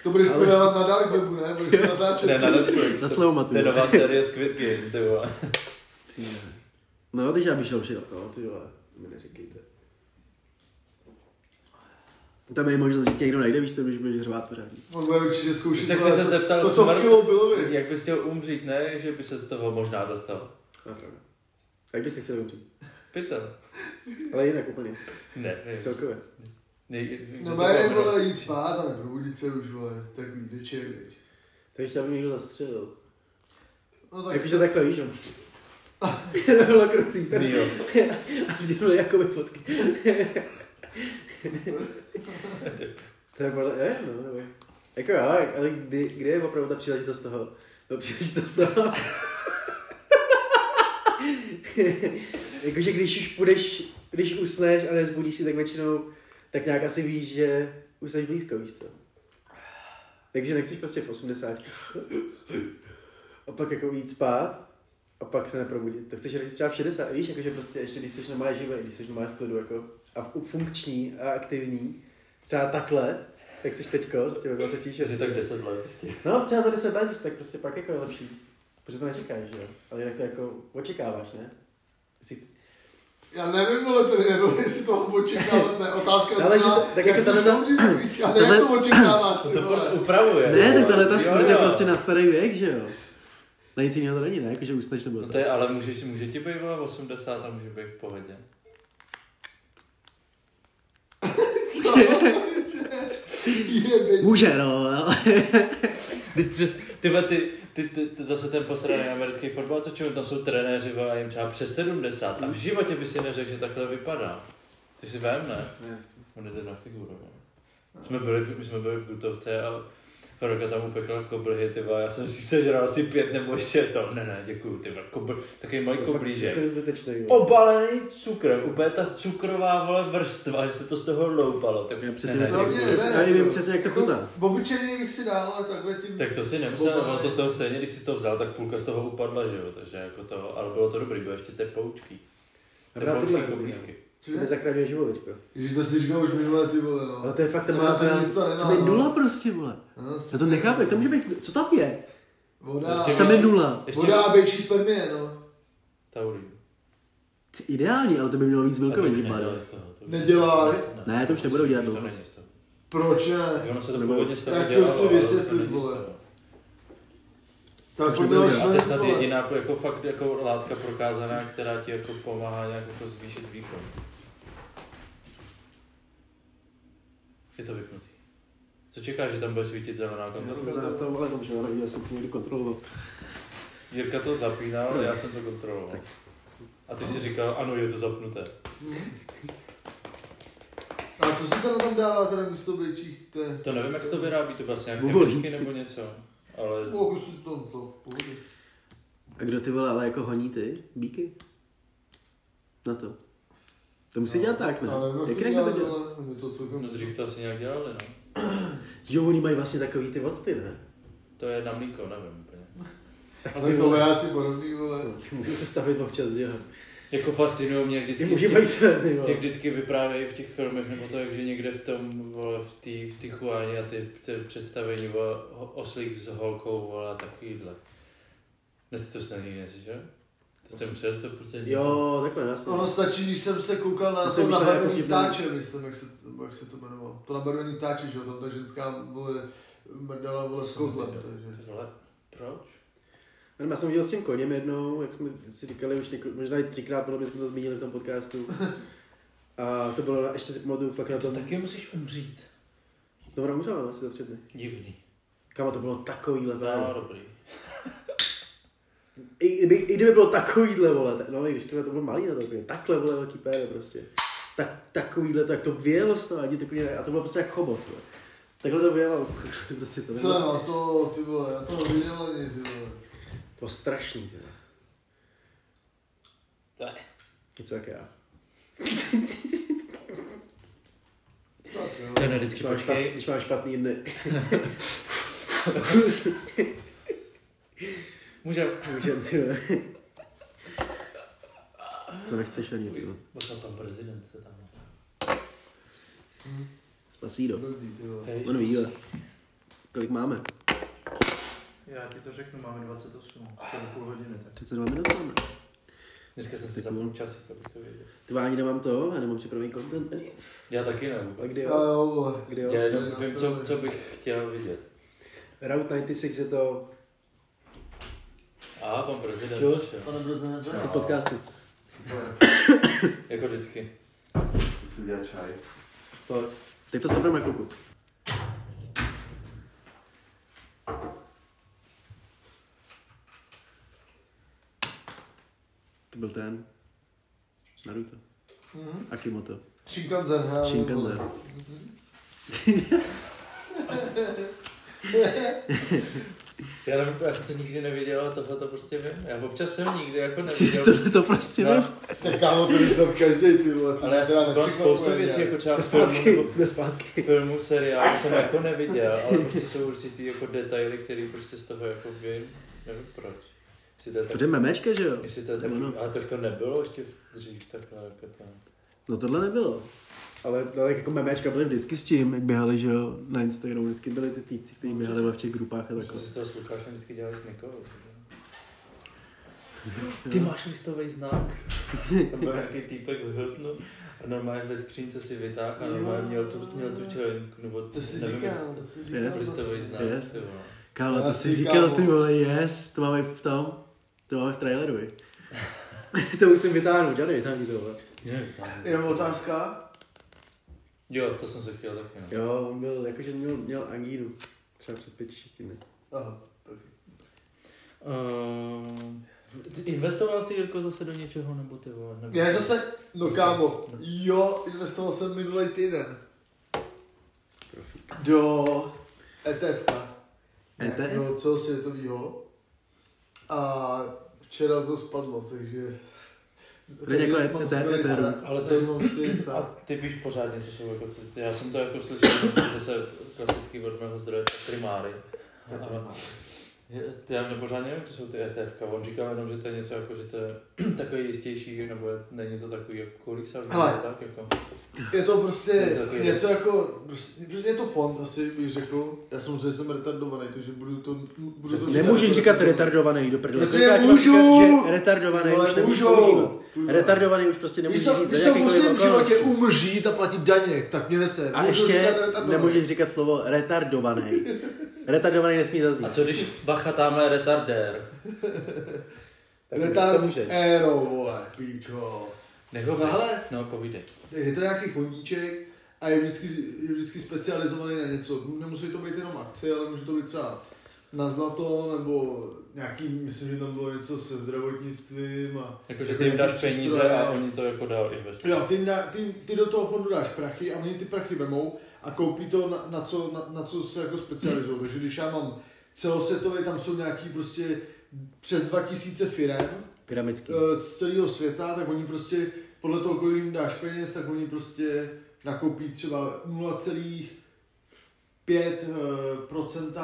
S2: To budeš
S1: Ale-
S2: prodávat na dark webu, ne? Budeš to natáčet.
S3: Ne, na Netflix.
S1: Na Slowma,
S3: To je
S1: ty vole.
S3: nová série Squid Game, ty vole.
S1: Ty vole. No, takže já bych šel všeho toho, ty vole. Mi neříkejte. Tam je možnost, že tě někdo najde, víš co, když budeš řvát pořádně.
S2: On bude určitě
S3: Ty
S2: zkoušet.
S3: se chci
S2: vole,
S3: se
S2: to-
S3: zeptat
S2: To co v
S3: smrt-
S2: kilo bylo, vy.
S3: Jak bys chtěl umřít, ne? Že by se z toho možná dostal.
S1: No, pravda. Jak byste chtěli umřít?
S3: Pytel.
S1: Ale jinak úplně,
S3: Nevím.
S1: celkově.
S3: Nej-
S2: No
S3: to
S2: ne,
S3: bylo
S2: vole, jít spát a neprobudit se už, vole, tak lídeček, viď.
S1: Teď chtěl bych někdo zastřelil.
S2: No tak
S1: Tak
S2: se-
S1: to takhle, víš, on... (laughs) to bylo krucí,
S3: hrozný.
S1: tady.
S3: (laughs) Jo.
S1: A ty byly jakoby fotky. to je podle, je, no, nebo jako jo, ale kdy, kdy je opravdu ta příležitost toho, No, to příležitost toho. (laughs) Jakože když už půjdeš, když usneš a nezbudíš si, tak většinou, tak nějak asi víš, že už jsi blízko, víš co. Takže nechceš prostě v 80. A pak jako jít spát a pak se neprobudit. To chceš říct třeba v 60, víš, jakože prostě ještě když jsi normálně živý, když jsi normálně v klidu jako a v- funkční a aktivní, třeba takhle, jak jsi teďko, prostě ve 26.
S3: Asi tak 10 let ještě.
S1: No, třeba za 10 let, víš, tak prostě pak jako je lepší. Protože to nečekáš, že jo? Ale jinak to jako očekáváš, ne? Jsi... chc-
S2: Já nevím, vole, to nebylo, jestli toho očekávat, ne, otázka
S1: Ale že
S2: zná,
S1: to- tak
S2: jak
S1: jako
S2: chceš
S1: tato-
S2: umřít, bič, ale
S1: tato-
S2: jak to očekávat, ty
S3: To furt
S2: vole.
S3: (laughs) upravuje.
S1: Ne, tak
S3: vole.
S1: tahle ta
S3: Jo,
S1: smrt je
S3: jo.
S1: prostě na starý věk, že jo? Na nic jiného to není, ne? Jakože usneš nebo
S3: No to je, ale může, může ti být vole 80 a může být v pohodě.
S2: Co? Jebeň.
S1: Může, no, ale...
S3: Ty, přes, ty, vole, ty, ty, ty, ty, zase ten posraný americký fotbal, co čemu tam jsou trenéři, vole, a jim třeba přes 70 a v životě by si neřekl, že takhle vypadá. Ty si
S1: (laughs)
S3: vem, ne? On jde na figuru. No. Jsme byli, my jsme byli v Gutovce a Ferka tam upekla koblihy, ty vole, já jsem si sežral asi pět nebo šest, tam ne, ne, děkuju, ty vole, kobl, takový malý koblížek.
S1: To je zbytečný. jo.
S3: Obalený cukrem, úplně ta cukrová vole vrstva, že se to z toho loupalo. Tak,
S1: Já přesně
S3: ne,
S1: to-
S3: děkuju.
S1: mě- přesně- já nevím přesně, jak to chutná.
S2: Bobučený bych si dal, ale takhle tím...
S3: Tak to si nemusel,
S2: Obalený.
S3: ono to z toho stejně, když si to vzal, tak půlka z toho upadla, že jo, takže jako to, ale bylo to dobrý, bylo ještě teploučký.
S1: Já brát
S3: Teploučký
S1: tyhle
S3: koblížky.
S1: To je
S2: Cože?
S1: zachraňuje život, teďko.
S2: Ježiš, to si říkal už minule, ty vole, no.
S1: Ale to je fakt, to
S2: No,
S1: má
S2: to nic to nemá,
S1: to je
S2: no.
S1: nula prostě, vole.
S2: No,
S1: Já to
S2: super.
S1: nechápu, jak to může být, co tam je?
S2: Voda,
S1: Tam je nula.
S3: Ještě
S2: voda a bejčí spermie, no.
S3: Taurín.
S1: Ty, Ideální, ale to by mělo víc no.
S3: A to už
S1: bílkovin,
S3: nedělají
S1: pardon.
S3: z toho, to už-
S2: Nedělali?
S1: Ne, to už nebudou dělat
S3: už To
S1: dlouho.
S3: není z toho.
S2: Proč ne?
S3: Ono se to
S1: Nebo-
S3: původně z toho
S2: Já chci
S3: dělalo,
S2: něco
S3: ale to
S2: vysvětlit,
S3: není z
S2: vole.
S3: toho.
S2: Tak
S1: Už
S2: to
S1: nebudu
S2: bylo
S1: dělat.
S3: A to je
S2: šmenec,
S3: snad
S2: vole.
S3: jediná jako fakt jako látka prokázaná, která ti jako pomáhá nějak jako zvýšit výkon. Je to vypnutý. Co čekáš, že tam bude svítit zelená
S1: Já jsem
S3: kontrolka?
S1: to nastavoval, jenom, že já jsem to někdy kontroloval.
S3: Jirka to zapínal, ale já jsem to kontroloval. A ty si říkal, ano, je to zapnuté.
S2: A co si teda tam dává, teda místo bejčích, to je...
S3: To nevím, jak se to vyrábí, to vlastně nějaké
S1: Uvolí.
S3: chemicky nebo něco. Ale
S2: Mohu si to, to, pohodě.
S1: A kdo ty vole, ale jako honí ty? Bíky? Na to. To musí dělat tak, ne?
S2: Ale jak
S1: Jak
S2: to
S1: jinak to
S2: dělat,
S1: dělat?
S2: vole? Oni to celkem...
S3: no, dřív to asi nějak dělali, no.
S1: Jo, oni mají vlastně takový ty odty, ne? (laughs)
S3: To je na mlíko, nevím úplně.
S2: Ale to je asi podobný, vole.
S1: Můžu se stavit občas, že jo.
S3: Jako fascinují mě
S1: Ty
S3: vždycky,
S1: muži
S3: vtip-
S1: mají se, ty
S3: jak
S1: vole.
S3: vždycky vyprávějí v těch filmech, nebo to, jak, že někde v tom, vole, v té v Tichuáně a ty, ty představení, vole, ho- oslík s holkou, vole, a takovýhle. Dnes to snad nikdy neslyšel? To jste musel to prostě
S1: Jo, takhle no, nás.
S3: No,
S2: Ono stačí, když jsem se koukal na
S1: To jsem
S2: to na
S1: myslel jako
S2: barvený
S1: vtipný.
S2: ptáče, myslím, jak se, nebo jak se to jmenovalo. To na barvený ptáče, že jo, tam ta ženská vole, mrdala vole s kozlem, takže.
S3: Ty vole, proč?
S1: Já jsem viděl s tím koněm jednou, jak jsme si říkali už něko, možná i třikrát, podle mě jsme to zmínili v tom
S3: (laughs)
S1: podcastu. A to bylo, na- ještě si pamatuju fakt na
S3: To
S1: tom,
S3: taky musíš umřít.
S1: no ona umřela asi za tři dny.
S3: Divný.
S1: Kama, to bylo takovýhle
S3: No,
S1: právě.
S3: dobrý.
S1: I, kdyby, I kdyby bylo takovýhle, vole, tak- no i když to, to bylo malý na to, úplně, takhle, vole, velký péro prostě. Tak, takovýhle, tak to vyjelo z toho, ani takový, a to bylo prostě jak chobot, vole. Takhle to vyjelo, (laughs) to prostě to
S2: Co
S1: nebylo.
S2: no, to ty vole, já to neviděl ani ty vole.
S1: To bylo strašný, ty. vole.
S3: Ne.
S1: Něco jak já.
S2: Tak jo.
S3: To je vždycky,
S1: Když mám, špat,
S3: počkej,
S1: když mám špatný (laughs) dny,
S3: můžem.
S1: můžem, ty. vole. To nechceš ani, ty. vole.
S3: Možná pan prezident se tam.
S1: Spasído.
S2: Blbý ty vole.
S3: Hej.
S1: On ví, ale kolik máme?
S4: Já ti to řeknu, máme 28, to je půl hodiny. Tak.
S1: 32 minut máme.
S3: Dneska jsem si
S1: Tak
S3: zapnul
S1: jo.
S3: časík, abych to věděl.
S1: Ty vole, ani nemám to, já nemám připravený content. ani.
S3: Já taky ne
S1: Ale
S3: vůbec.
S1: kdy
S2: A
S1: jo?
S2: jo vole.
S1: Kdy
S3: Já
S1: jo?
S3: jenom
S2: to je
S3: vím, co,
S2: nastavili.
S3: co bych chtěl vidět.
S1: Route 96 je to
S3: A pan prezident
S1: Čus.
S3: přišel.
S2: Pane Brzené,
S1: asi
S2: čas.
S1: podcastu.
S3: Jako vždycky.
S4: Musím dělat čaj.
S1: To, tak to stavíme na kluku. To byl ten. Naruto.
S2: Mhm.
S1: Akimoto.
S2: Shinkansen, hele.
S1: Shinkansen.
S2: vole.
S3: Já nevím, já jsem to nikdy neviděl, ale tohle to prostě vím. Já občas jsem nikdy
S1: (laughs)
S3: jako neviděl.
S1: to, to prostě ne.
S3: no,
S2: Tak kámo, to vyslal každý ty vole. to
S3: ale já
S2: teda
S3: jsem byl
S2: nepřekvapuje
S3: spoustu věcí,
S2: nějak.
S3: jako třeba
S1: Jsme
S3: filmu, nebo
S1: zpátky. Jsme zpátky.
S3: filmu, seriálu jsem jako neviděl, ale prostě jsou určitý jako detaily, které prostě z toho jako vím. Nevím proč. Jestli to je tak,
S1: Protože no. memečka, že jo?
S3: jestli to je tak,
S1: Ono.
S3: ale tak to nebylo ještě dřív takhle jako to.
S1: No tohle nebylo. Ale to tak jako memečka byly vždycky s tím, jak běhali, že jo, na Instagramu, vždycky byly ty týpci, kteří běhali v těch grupách a
S2: jako-
S3: Prostě
S1: takhle.
S3: si z toho s Lukášem vždycky dělali s Nikolou. Ty máš listový znak. Tam byl nějaký týpek v Hiltonu a normálně ve skřínce si vytáhl a normálně měl tu, měl tu čelinku, nebo
S2: To si
S3: nevím,
S2: říkal,
S3: jestli
S2: to si
S1: Yes.
S2: říkal.
S3: to listový znak.
S1: Yes.
S3: ty vole.
S1: Kámo, to
S2: Já
S1: jsi
S2: si
S1: říkal,
S2: kámo.
S1: ty vole, yes, to máme v tom, to máme v traileru, vi. (laughs) to musím vytáhnout, já nevytáhnu to, vole.
S2: Je otázka,
S3: Jo, to jsem se chtěl taky. No.
S1: Jo, on byl, jakože měl, měl angínu, třeba před pěti, šesti dny.
S2: Aha.
S3: Ehm, investoval jsi Jirko zase do něčeho, nebo ty vole? Nebo...
S2: Já zase, no kámo, jo, investoval jsem minulý týden
S1: Profík. E
S2: do ETF. -ka.
S1: ET?
S2: E do celosvětového. A včera to spadlo, takže...
S1: To je
S2: takže
S1: jako
S2: mám
S1: ET,
S2: skvělý
S1: ET,
S2: start,
S3: ale to-
S2: takže mám
S3: (laughs)
S2: skvělý
S3: A
S2: stát.
S3: ty víš pořádně, co jsou jako ty. Já jsem to jako slyšel, že se klasický od mého zdroje primáry. Ale je- ty já nepořádně nevím, co jsou ty ETF. On říkal jenom, že to je něco jako, že to je (clears throat) takový jistější, nebo je, není to takový jako kolísavý,
S2: Hele.
S3: nebo tak jako.
S2: Je to prostě
S3: To je takový-
S2: něco jako, prostě, prostě je to fond asi bych řekl. Já samozřejmě jsem retardovaný, takže budu to, budu to
S1: Nemůžeš říkat
S2: retardovaný.
S1: retardovaný do prdele.
S2: Jestli
S1: To je
S2: je
S1: tak,
S2: můžu!
S1: například, že Retardovaný
S2: No, Ale
S1: už nemůžu
S2: můžu!
S1: používat.
S2: Kurva.
S1: Retardovaný už prostě nemůžeš
S2: Když to,
S1: říct za
S2: když to
S1: jakýkoliv
S2: musím v životě
S1: okolnosti.
S2: umřít a platit daně, tak mě nese.
S1: A
S2: Můžu
S1: ještě
S2: říkat no, retardovaný.
S1: nemůžeš říkat slovo retardovaný. Retardovaný nesmí
S3: A
S1: zaznít.
S3: co když bacha tamhle retardér?
S1: Tak to
S2: Retard eh.
S1: můžeš.
S2: Aero, vole, píčo.
S3: Nech ho
S2: No hele.
S3: No, povídej.
S2: Je to nějaký fondíček a je vždycky, je vždycky specializovaný na něco. Nemusí to být jenom akce, ale může to být třeba na zlato, nebo nějaký, myslím, že tam bylo něco se zdravotnictvím a...
S3: Jakože
S2: jako
S3: ty jim
S2: nějaký
S3: dáš
S2: přístroj
S3: peníze a oni to jako dál investují.
S2: Jo, ty, jim dá, ty, jim- ty, do toho fondu dáš prachy a oni ty prachy vemou a koupí to, na, na, co, na, na co se jako specializují. Takže když já mám celosvětový, tam jsou nějaký prostě přes 2000 firem,
S1: Pyramický.
S2: eh, z celého světa, tak oni prostě podle toho, kolik jim dáš peněz, tak oni prostě nakoupí třeba 0,5% eh,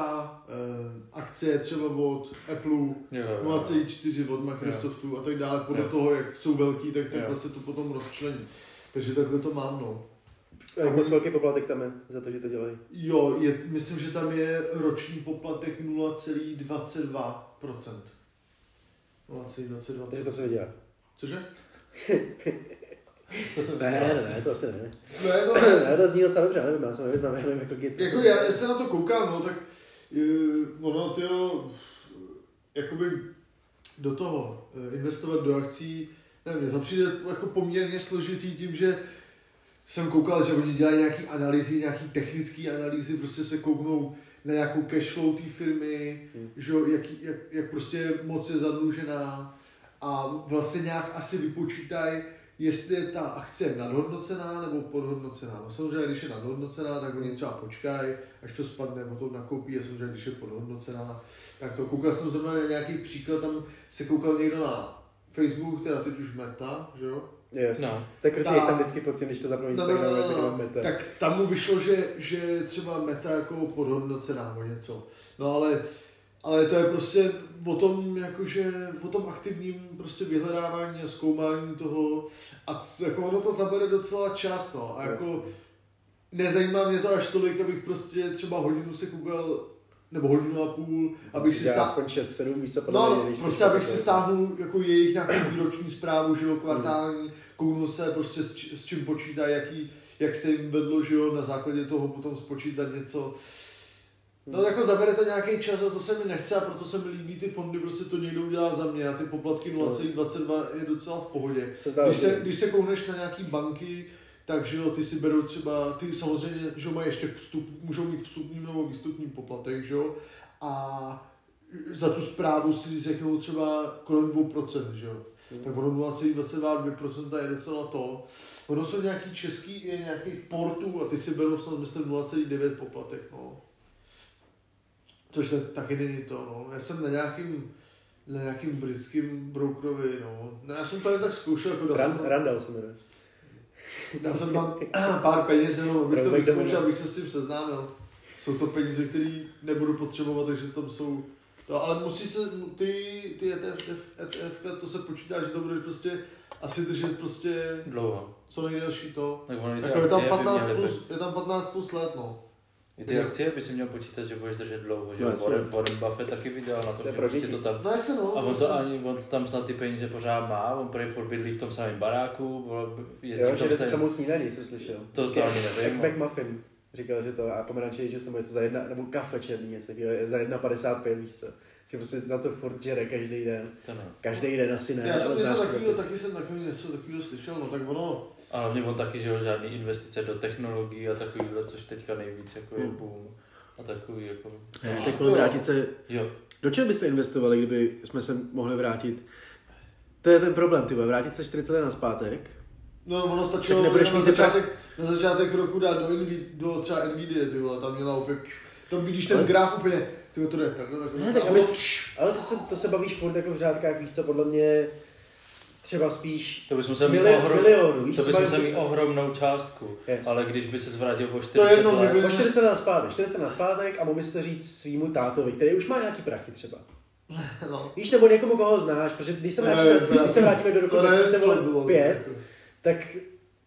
S2: akcie třeba od Apple,
S3: Jo, jo, jo.
S2: 0,4 od Microsoftu a tak dále, podle
S3: Jo.
S2: toho, jak jsou velký, tak takhle
S3: Jo.
S2: se to potom rozčlení. Takže takhle to mám, no.
S5: Jak moc velký poplatek tam je za to, že to dělají?
S2: Jo, je, myslím, že tam je roční poplatek 0,22%. 0,22%.
S5: Takže to se vydělá.
S2: Cože?
S5: To se ne, ne, ne, to asi ne.
S2: Ne, No, to ne,
S5: Ne, to zní docela dobře, já nevím, já se nevyznám, já nevím, jako kdy...
S2: Jako já, já se na to koukám, no tak uh, ono, tyjo, jakoby do toho eh, investovat do akcí, nevím, mně to přijde jako poměrně složitý tím, že jsem koukal, že oni dělají nějaký analýzy, nějaký technické analýzy, prostě se kouknou na nějakou cash flow té firmy,
S5: Hmm.
S2: že jo, jak, jak, jak, prostě moc je zadlužená a vlastně nějak asi vypočítají, jestli je ta akce nadhodnocená nebo podhodnocená. No samozřejmě, když je nadhodnocená, tak oni třeba počkají, až to spadne, potom nakoupí a samozřejmě, když je podhodnocená, tak to koukal jsem zrovna na nějaký příklad, tam se koukal někdo na Facebook, teda teď už Meta, že jo?
S5: Yes. No.
S3: No,
S5: Tak krutý,
S2: Ta-
S5: jak tam vždycky pocím, když to zapnu Instagram, no, no, no, no.
S2: Tak tam mu vyšlo, že, že třeba meta jako podhodnocená nebo něco. No ale, ale to je prostě o tom, jakože, o tom aktivním prostě vyhledávání a zkoumání toho a c- jako ono to zabere docela čas, no. A jako nezajímá mě to až tolik, abych prostě třeba hodinu se koukal, nebo hodinu a půl, abych si stál,
S5: Aspoň 6-7 místo
S2: No, no prostě abych si stáhnul jako jejich nějakou výroční zprávu, že jo, kvartální, kouknul se prostě s, či, s čím počítá, jaký, jak se jim vedlo, že jo, na základě toho potom spočítat něco. No jako zabere to nějaký čas a to se mi nechce a proto se mi líbí ty fondy, prostě to někdo udělá za mě a ty poplatky 0,22 je docela v pohodě.
S5: Se zdá,
S2: Když se,
S5: že-
S2: když se kouneš na nějaký banky, takže jo, ty si berou třeba, ty samozřejmě, že jo, mají ještě vstup, můžou mít vstupní nebo výstupní poplatek, že jo, a za tu zprávu si řeknou třeba kolem 2%, že jo. Tak ono 0,22 2% je docela to. Ono jsou nějaký český i nějakých portů a ty si berou snad myslím 0,9 poplatek, no. Což ne, taky není to, no. Já jsem na nějakým, na nějakým britským brokerovi, no. no. já jsem tady tak zkoušel, jako dal jsem
S5: Ran,
S2: tam
S5: Randall se jmenuje.
S2: Dal jsem tam eh, pár peněz, jenom abych to
S3: No,
S5: Rovněk
S2: vyzkoušel,
S5: domů.
S2: abych se s tím seznámil. Jsou to peníze, které nebudu potřebovat, takže tam jsou... To, ale musí se, ty, ty E ETF, ETF, to se počítá, že to budeš prostě asi držet prostě
S3: dlouho.
S2: co nejdelší to.
S3: Tak ono i ty
S2: Jako je tam
S3: akcie by
S2: 15
S3: měly být-
S2: plus, je tam 15 plus let, no.
S3: I ty akcie by si měl počítat, že budeš držet dlouho, že
S1: No,
S3: no,
S1: jasně.
S3: Warren, Warren Buffett taky vydělal na
S5: To
S3: to,
S5: je
S3: že
S5: pro
S3: prostě
S5: děti.
S3: to tam...
S2: No jasně, no.
S3: A on
S2: jasně.
S3: to ani, on tam snad ty peníze pořád má, on prý furt bydlí v tom samém baráku, vole, jezdí
S5: Jo,
S3: v
S5: že
S3: tom
S5: jdete
S3: stejném.
S5: samou snídaní, jsem slyšel.
S3: To
S5: Vždycky
S3: to ani nevím.
S5: Egg McMuffin. Říkal, že to a pomerančený že nebo něco za jedna, nebo kafe černý něco takového, je za 1,55 víš co. Že prostě na to furt žere každý den.
S3: To ne.
S5: Každý den asi ne.
S2: Já jsem
S5: ale
S2: něco
S5: znáš to.
S2: takového, taky jsem takový něco takového slyšel, no tak ono,
S3: A hlavně on taky, že jo, žádný investice do technologií a takovýhle, což teďka nejvíc jako je
S1: Hmm.
S3: boom. A takový jako...
S1: Ne, teď kolem vrátit se
S3: Jo,
S1: Do čeho byste investovali, kdyby jsme se mohli vrátit? To je ten problém, ty vole, vrátit se 40 let na zpátek.
S2: no ono stačilo
S1: Tak nebudeš
S2: na
S1: mít zítra-
S2: začátek, na začátek roku dát do, Nvidia, do třeba Nvidia, ty vole, tam měla opět, tam vidíš ten
S1: Ale-
S2: graf úplně, Ty to jde takhle, takhle.
S1: Ne, tak aby, ale to se, to se bavíš furt jako v řádkách, víš co, podle mě třeba spíš
S3: To bychom se mít
S1: Milion-
S3: ohrom...
S1: milionů, víš,
S3: to
S1: co
S3: bychom
S1: mají
S3: se mít
S1: ty-
S3: ohromnou částku.
S1: Yes.
S3: Ale když by se zvrátil o 40
S2: To je jedno,
S3: let,
S2: kdyby-
S1: o 40 na zpátek, 40 na zpátek a mohl byste říct svýmu tátovi, který už má nějaký prachy třeba.
S2: No.
S1: Víš, nebo někomu, koho znáš, protože když se
S2: To je-
S1: vrátíme,
S2: to je-
S1: když se vrátíme do roku
S2: to je,
S1: 2005,
S2: bylo.
S1: tak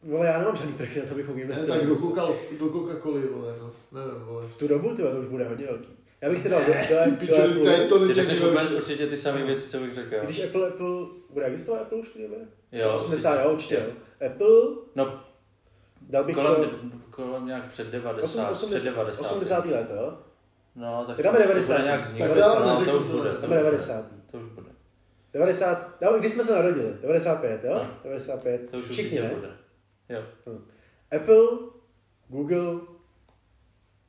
S1: vole, já nemám žádný prachy na to, abych mohl
S2: Ne,
S1: investovat.
S2: tak do, Coca, do Coca-Coly, vole, no. Nevím, vole.
S1: V tu dobu, tyhle, to už bude hodně velký. Já bych teda do, do,
S2: Ty
S1: do
S2: pičo,
S1: Apple,
S2: tady to
S3: Ty
S2: není
S3: řekneš
S2: velký.
S3: úplně určitě ty samé věci, co bych řekl. já.
S1: No. když Apple, Apple, bude existovat Apple už tu dobu?
S3: Jo,
S1: 80, jo, určitě. Jo. Apple,
S3: No,
S1: dal bych
S3: kolem,
S1: to...
S3: de- kolem nějak před 90.
S1: osm-
S3: před
S1: 80,
S3: 90.
S1: 80. let, jo?
S3: No, tak
S1: Tak dáme
S3: to
S1: 90.
S3: bude nějak vznikat.
S2: Tak já
S3: no,
S2: neřeknu
S3: to už
S2: to,
S3: bude.
S2: ne.
S3: to
S1: Dáme
S3: už bude.
S1: 90.
S3: To už bude.
S1: 90, no, když jsme se narodili, 95, jo?
S3: No.
S1: 95,
S3: To už
S1: všichni,
S3: určitě
S1: ne?
S3: bude. Jo.
S1: Apple, Google,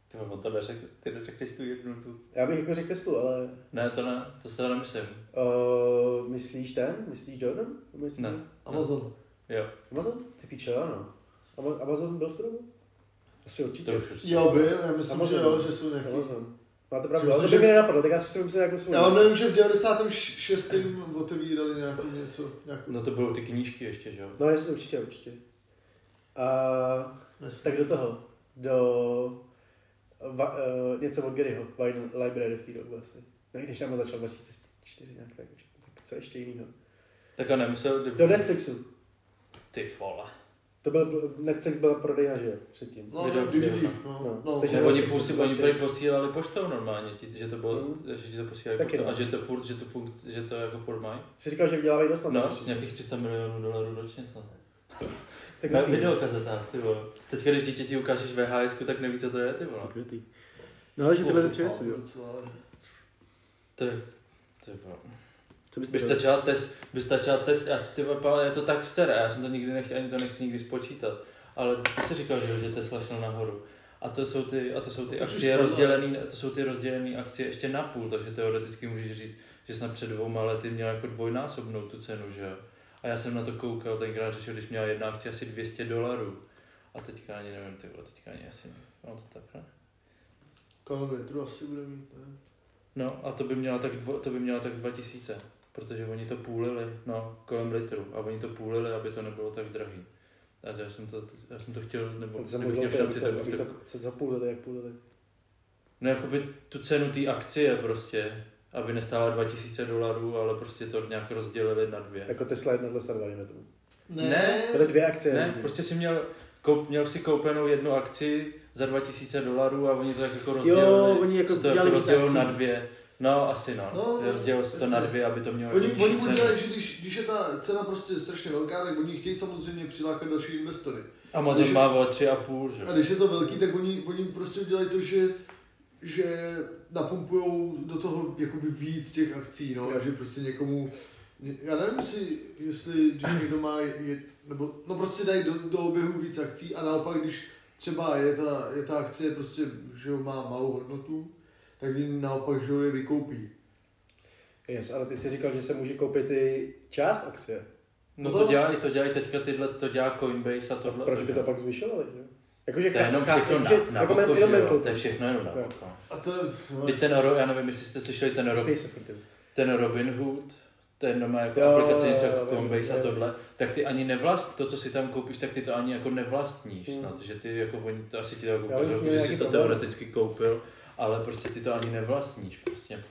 S3: Ty vole, on to neřekl, ty neřekneš tu jednu tu.
S1: já bych jako řekl Teslu, ale
S3: Ne, to ne, to se nemyslím.
S1: uh, myslíš ten? Myslíš Jordan? Myslíš
S3: Ne.
S2: Amazon.
S3: Jo,
S1: Amazon? Ty píče, ano. Ama- Amazon byl v tu dobu? Asi určitě.
S3: to už určitě.
S2: Jo, byl, já myslím, že
S1: Amazon.
S2: jo, že jsou nějaký.
S1: Amazon. Máte pravdu,
S2: Myslím,
S1: ale to
S2: že-
S1: by mi nenapadlo, tak já jsem jako si myslel nějakou svou.
S2: Já vám nevím, že v 96. otevírali nějakou něco, nějakou,
S3: No to budou ty knížky ještě, že jo?
S1: No jasně, určitě, určitě. A
S2: Myslím.
S1: tak do toho, do va, uh, něco od Garyho, Wine Library v té době asi. No i když tam začal 2004 nějak tak, tak co ještě jiného.
S3: Tak a nemusel,
S1: Do
S3: kdyby...
S1: Netflixu.
S3: Ty vole.
S1: To byl, Netflix byla prodejna, že jo, předtím.
S2: No,
S3: Video-
S2: no,
S3: video,
S2: DVD, no,
S1: no.
S2: no.
S1: Takže-
S3: Že
S1: Jo,
S3: oni,
S1: to jsem
S3: půsi,
S1: to
S3: oni
S1: chtěl.
S3: prý posílali poštou normálně, ti, že to bylo,
S1: Mhm.
S3: že ti to posílali
S1: Taky
S3: poštou
S1: no.
S3: a že to furt, že to, furt, že to jako furt mají.
S1: Jsi říkal, že vydělávají dost na tom
S3: No,
S1: ještě.
S3: nějakých 300 milionů dolarů ročně snad.
S1: Tak
S3: Tak
S1: dobrý.
S3: videokazeta, ty vole. Teď, když dítěti ukážeš VHS, tak neví, co to je, ty vole.
S6: Pokrytý. No, takže tyhle tři věci, jo.
S2: jo.
S3: To je, ty vole.
S6: Co byste
S3: By stačila test, by stačila test, já si ty vole, Pavel, je to tak sere, já jsem to nikdy nechtěl, ani to nechci nikdy spočítat. Ale ty jsi říkal, že, že Tesla šel nahoru. A to jsou ty, a to jsou ty
S2: No, To už
S3: akcie
S2: spadlo.
S3: rozdělený, to jsou ty rozdělené akcie ještě na půl, takže teoreticky můžeš říct, že snad před dvouma lety měl jako dvojnásobnou tu cenu, že jo. A já jsem na to koukal, tenkrát řešil, když měla jedna akcie asi 200 dolarů. A teďka ani nevím, ty vole, teďka ani asi, no to tak ne.
S2: Kolem litru asi bude mít, ne?
S3: No a to by měla tak, dvo, to by měla tak 2000, protože oni to půlili, no, kolem litru, a oni to půlili, aby to nebylo tak drahý. A já jsem to, já jsem to chtěl, nebo
S1: To jsem
S3: kdybych měl
S1: mluvil,
S3: šanci, tak bych to...
S1: co zapůlili, jak půlili.
S3: No, jakoby tu cenu té akcie prostě, aby nestála 2000 dolarů, ale prostě to nějak rozdělili na dvě.
S1: Jako Tesla 1, Tesla 2, dejme tomu.
S3: Ne.
S2: Eh.
S1: Byly dvě akcie.
S3: Ne,
S1: různý.
S3: prostě si měl, koup, měl si koupenou jednu akci za 2000 dolarů a oni to tak jako rozdělili.
S6: Jo, oni jako
S3: se to
S6: dělali
S3: jako
S6: víc
S3: rozdělili
S6: akcí.
S3: na dvě. No, asi no.
S2: No,
S3: no rozdělilo se to na
S2: jasně.
S3: dvě, aby to mělo
S2: Oni,
S3: nižší
S2: oni
S3: cenu.
S2: udělají, že když, když je ta cena prostě strašně velká, tak oni chtějí samozřejmě přilákat další investory.
S3: Amazon
S2: Když-
S3: má vole tři a půl, že?
S2: A když je to velký, tak oni, oni prostě udělají to, že, že napumpují do toho jakoby víc těch akcí, no, a že prostě někomu, ně- já nevím, jestli, jestli když někdo má, je, nebo, no prostě dají do, do oběhu víc akcí a naopak, když třeba je ta, je ta akcie prostě, že jo, má malou hodnotu, tak oni naopak, že jo, je vykoupí.
S1: Yes, ale ty jsi říkal, že se může koupit i část akcie.
S3: No
S2: No
S3: to
S2: to-
S3: dělají, to dělají teďka tyhle, to dělá Coinbase a tohle.
S1: Proč by
S3: že?
S1: to pak zvyšovali, že? Jakože
S3: No, To je jenom
S1: chápu,
S3: všechno na,
S1: že-
S3: na
S1: jako
S3: oko,
S1: men-
S3: že
S1: jenom
S3: jo?
S1: mental
S3: To je všechno jenom na
S1: Jo.
S3: oko.
S2: A to je, no,
S3: Teď ten, Ro- já nevím, jestli jste slyšeli ten, Ro-
S1: Stej se furt, jo.
S3: ten Robin Hood, to je jenom jako
S1: Jo,
S3: aplikace
S1: jo,
S3: něco
S1: jo,
S3: jako
S1: jo,
S3: Coinbase a
S1: jo.
S3: tohle, tak ty ani nevlast, to, co si tam koupíš, tak ty to ani jako nevlastníš
S1: Hmm.
S3: snad, že ty jako oni, to asi ti to jako
S1: Já myslím,
S3: ukazují,
S1: že
S3: že jsi
S1: nějaký
S3: to
S1: problém.
S3: teoreticky koupil, ale prostě ty to ani nevlastníš prostě.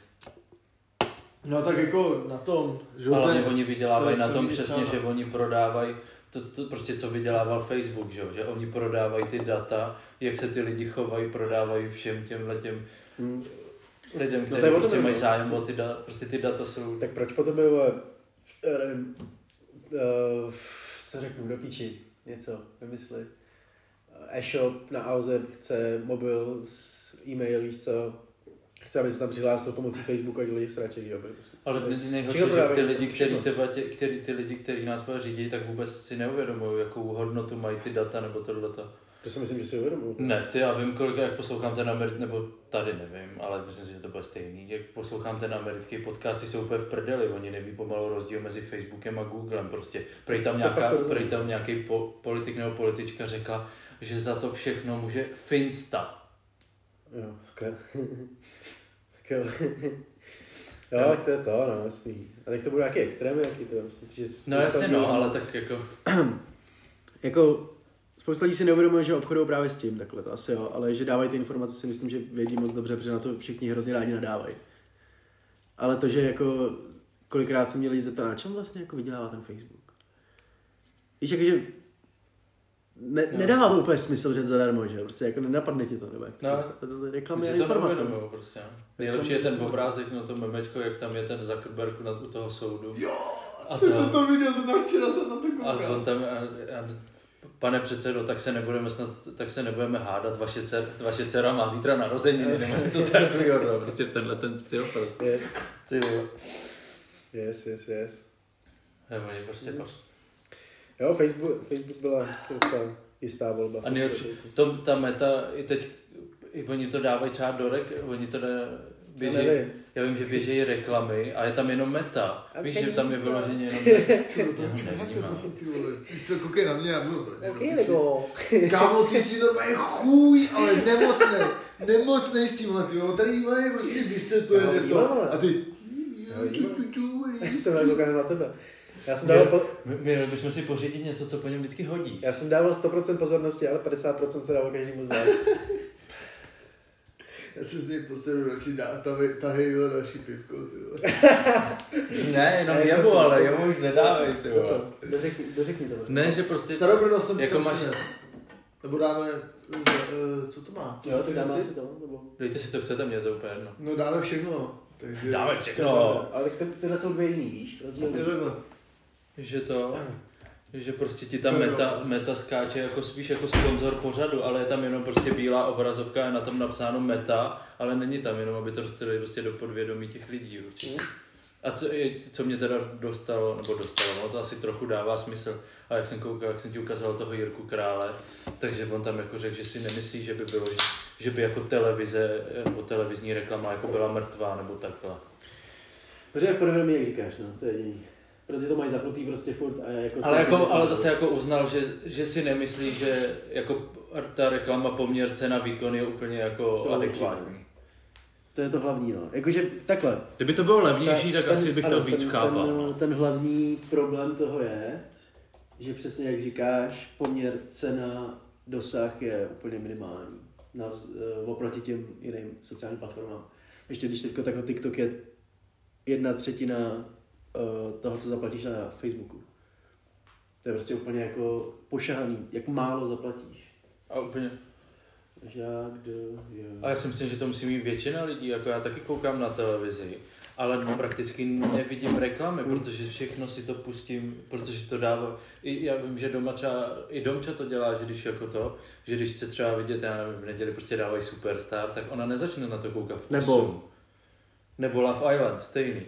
S2: no tak jako na tom, že jo,
S3: Ale
S2: to
S3: že
S2: je-
S3: oni vydělávají
S2: to
S3: na
S2: jsem
S3: tom
S2: viděl
S3: přesně,
S2: sám.
S3: že oni prodávají to, to prostě, co vydělával Facebook, že, jo? že oni prodávají ty data, jak se ty lidi chovají, prodávají všem těm těm
S6: Hmm.
S3: lidem,
S1: to je
S3: kteří
S1: o tom
S3: prostě
S1: jenom,
S3: mají zájem o ty data, prostě ty data jsou...
S1: Tak proč potom je, vole, já nevím, eh, co řeknu, do píči, něco, vymysli. E-shop na Alze chce mobil, s- e-mail, víš co, chce, aby se tam přihlásil pomocí Facebooku, a lidi srače, jo, byli prostě-
S3: Ale nej- nejhorší,
S1: Všechno
S3: že ty
S1: prodávají,
S3: lidi, který,
S1: všechno.
S3: ty, vatě- který, ty lidi, který nás vole řídí, tak vůbec si neuvědomují, jakou hodnotu mají ty data nebo tohleto.
S1: To si myslím, že si uvědomuji.
S3: Ne, ty já vím, kolik, jak poslouchám ten americký, nebo tady nevím, ale myslím si, že to bude stejný. Jak poslouchám ten americký podcast, ty jsou úplně v prdeli, oni neví pomalu rozdíl mezi Facebookem a Googlem prostě. Prej tam,
S1: To
S3: nějaká,
S1: pak rozumím.
S3: prej tam nějaký po, politik nebo politička řekla, že za to všechno může Finsta.
S1: Jo, okay. tak jo, jo, to je to, no, jasný. A tak to budou nějaký extrémy, jaký to, myslím si, že...
S3: No
S1: spousta
S3: jasně,
S1: lidí-
S3: no, ale tak jako...
S7: Jako spousta lidí si neuvědomuje, že obchodují právě s tím, takhle to asi jo, ale že dávají ty informace si myslím, že vědí moc dobře, protože na to všichni hrozně rádi nadávají. Ale to, že jako kolikrát se mě lidi zeptá, na čem vlastně jako vydělává ten Facebook. Víš, jakože ne,
S3: No.
S7: nedává to úplně smysl, že zadarmo, že jo? prostě jako nenapadne ti to, nebo jak to
S3: No.
S7: říct. To- to- to
S3: My
S7: reklamy
S3: si
S7: a
S3: to
S7: informace.
S3: neuvědomujeme prostě. no. Nejlepší je ten obrázek na tom memečko, jak tam je ten Zuckerberg na, u toho soudu. Jo,
S2: (laughs)
S3: a
S2: Teď jsem to viděl, zrovna včera jsem na to
S3: A on
S2: koukal.
S3: tam, a, a, pane předsedo, tak se nebudeme snad, tak se nebudeme hádat, vaše, cer, vaše dcera má zítra narozeniny, nebo (laughs) něco takového, no, prostě tenhle ten styl prostě.
S1: Yes,
S3: Ty vole.
S1: yes, yes, yes.
S3: Nebo oni prostě pak.
S1: Jo, Facebook, Facebook byla docela jistá volba.
S3: A nejlepší, to, ta meta, i teď, i oni to dávají třeba do rek, oni to dá,
S1: Já
S3: běží,
S1: nevím.
S3: já vím, že běžejí reklamy a je tam jenom meta.
S1: A
S3: Víš, že
S1: peníze.
S3: tam je vyloženě jenom (laughs) meta.
S2: Ty vole,
S3: Já
S2: toho čuráka
S3: nevnímám.
S2: zase, ty vole. Víš co, koukej na mě, já mluvím.
S1: Taky nebo... (laughs)
S2: Kámo, ty jsi normálně chůj, ale nemocnej. Nemocnej s tímhle, ty vole. Tady vole, prostě vysvětluje
S1: Já ho vnímám,
S2: něco.
S1: ale-
S2: A ty...
S1: ho vnímám. jsem dal koukal na tebe. Já jsem dával,
S3: Jo.
S1: po,
S3: My, my bychom si pořídit něco, co po něm vždycky (laughs) hodí.
S1: já jsem dával 100% pozornosti, ale 50% se dalo každému z vás.
S2: Já se z něj posedu radši dá a tahej, tahej vole, další pivko, ty vole.
S3: Ne, jako jenom
S1: Ne,
S3: jemu,
S1: prosím.
S3: ale jemu už nedávej, ty
S1: Jo,
S3: vole.
S1: to, dořekni, dořekni to.
S3: Ne, že prostě...
S2: Starobrno jsem
S3: Jako
S2: jako
S3: máš-
S2: máš... Nebo dáme... eh, eh, co to má? To
S1: Jo,
S2: se
S1: tak
S2: přinesi?
S1: dáme asi to, nebo...
S3: Dejte si, co chcete, mě je to úplně jedno.
S2: No dáme všechno. Takže...
S3: Dáme
S1: No,
S3: všechno.
S1: ale tak ty- tyhle jsou dvě jiný, víš? Rozdílný.
S2: Je takhle.
S3: Že to, že prostě ti ta
S2: No,
S3: meta,
S2: no.
S3: meta skáče jako spíš jako sponzor pořadu, ale je tam jenom prostě bílá obrazovka, je na tom napsáno meta, ale není tam jenom, aby to dostali prostě do podvědomí těch lidí určitě. A co, je- co mě teda dostalo, nebo dostalo, no to asi trochu dává smysl, ale jak jsem koukal, jak jsem ti ukazoval toho Jirku Krále, takže on tam jako řekl, že si nemyslí, že by bylo, že, že by jako televize, nebo televizní reklama jako byla mrtvá, nebo takhle.
S1: Protože jak podvědomí, jak říkáš, no, to je jediný. Protože to mají zapnutý prostě furt a jako...
S3: Ale, jako, ale zase jako uznal, že, že si nemyslí, že jako ta reklama poměr cena výkon je úplně jako
S1: To
S3: adekvátní.
S1: To je to hlavní, no. Jakože takhle.
S3: Kdyby to bylo levnější, tak
S1: ten-
S3: asi bych
S1: ano,
S3: to víc
S1: ten,
S3: chápal.
S1: Ten, ten hlavní problém toho je, že přesně jak říkáš, poměr cena dosah je úplně minimální navz, eh, oproti těm jiným sociálním platformám. Ještě když teďko tak TikTok je jedna třetina eh, toho, co zaplatíš na Facebooku. To je prostě úplně jako pošahaný, jak málo zaplatíš.
S3: A úplně.
S1: Žák, do, jo.
S3: A já si myslím, že to musí mít většina lidí, jako já taky koukám na televizi, ale prakticky nevidím reklamy,
S7: Hmm.
S3: protože všechno si to pustím, protože to dává, i, já vím, že doma třeba, i Domča to dělá, že když jako to, že když chce třeba vidět, já nevím, v neděli prostě dávají Superstar, tak ona nezačne na to koukat v
S7: Nebo-
S3: 8. Nebo Love Island, stejný.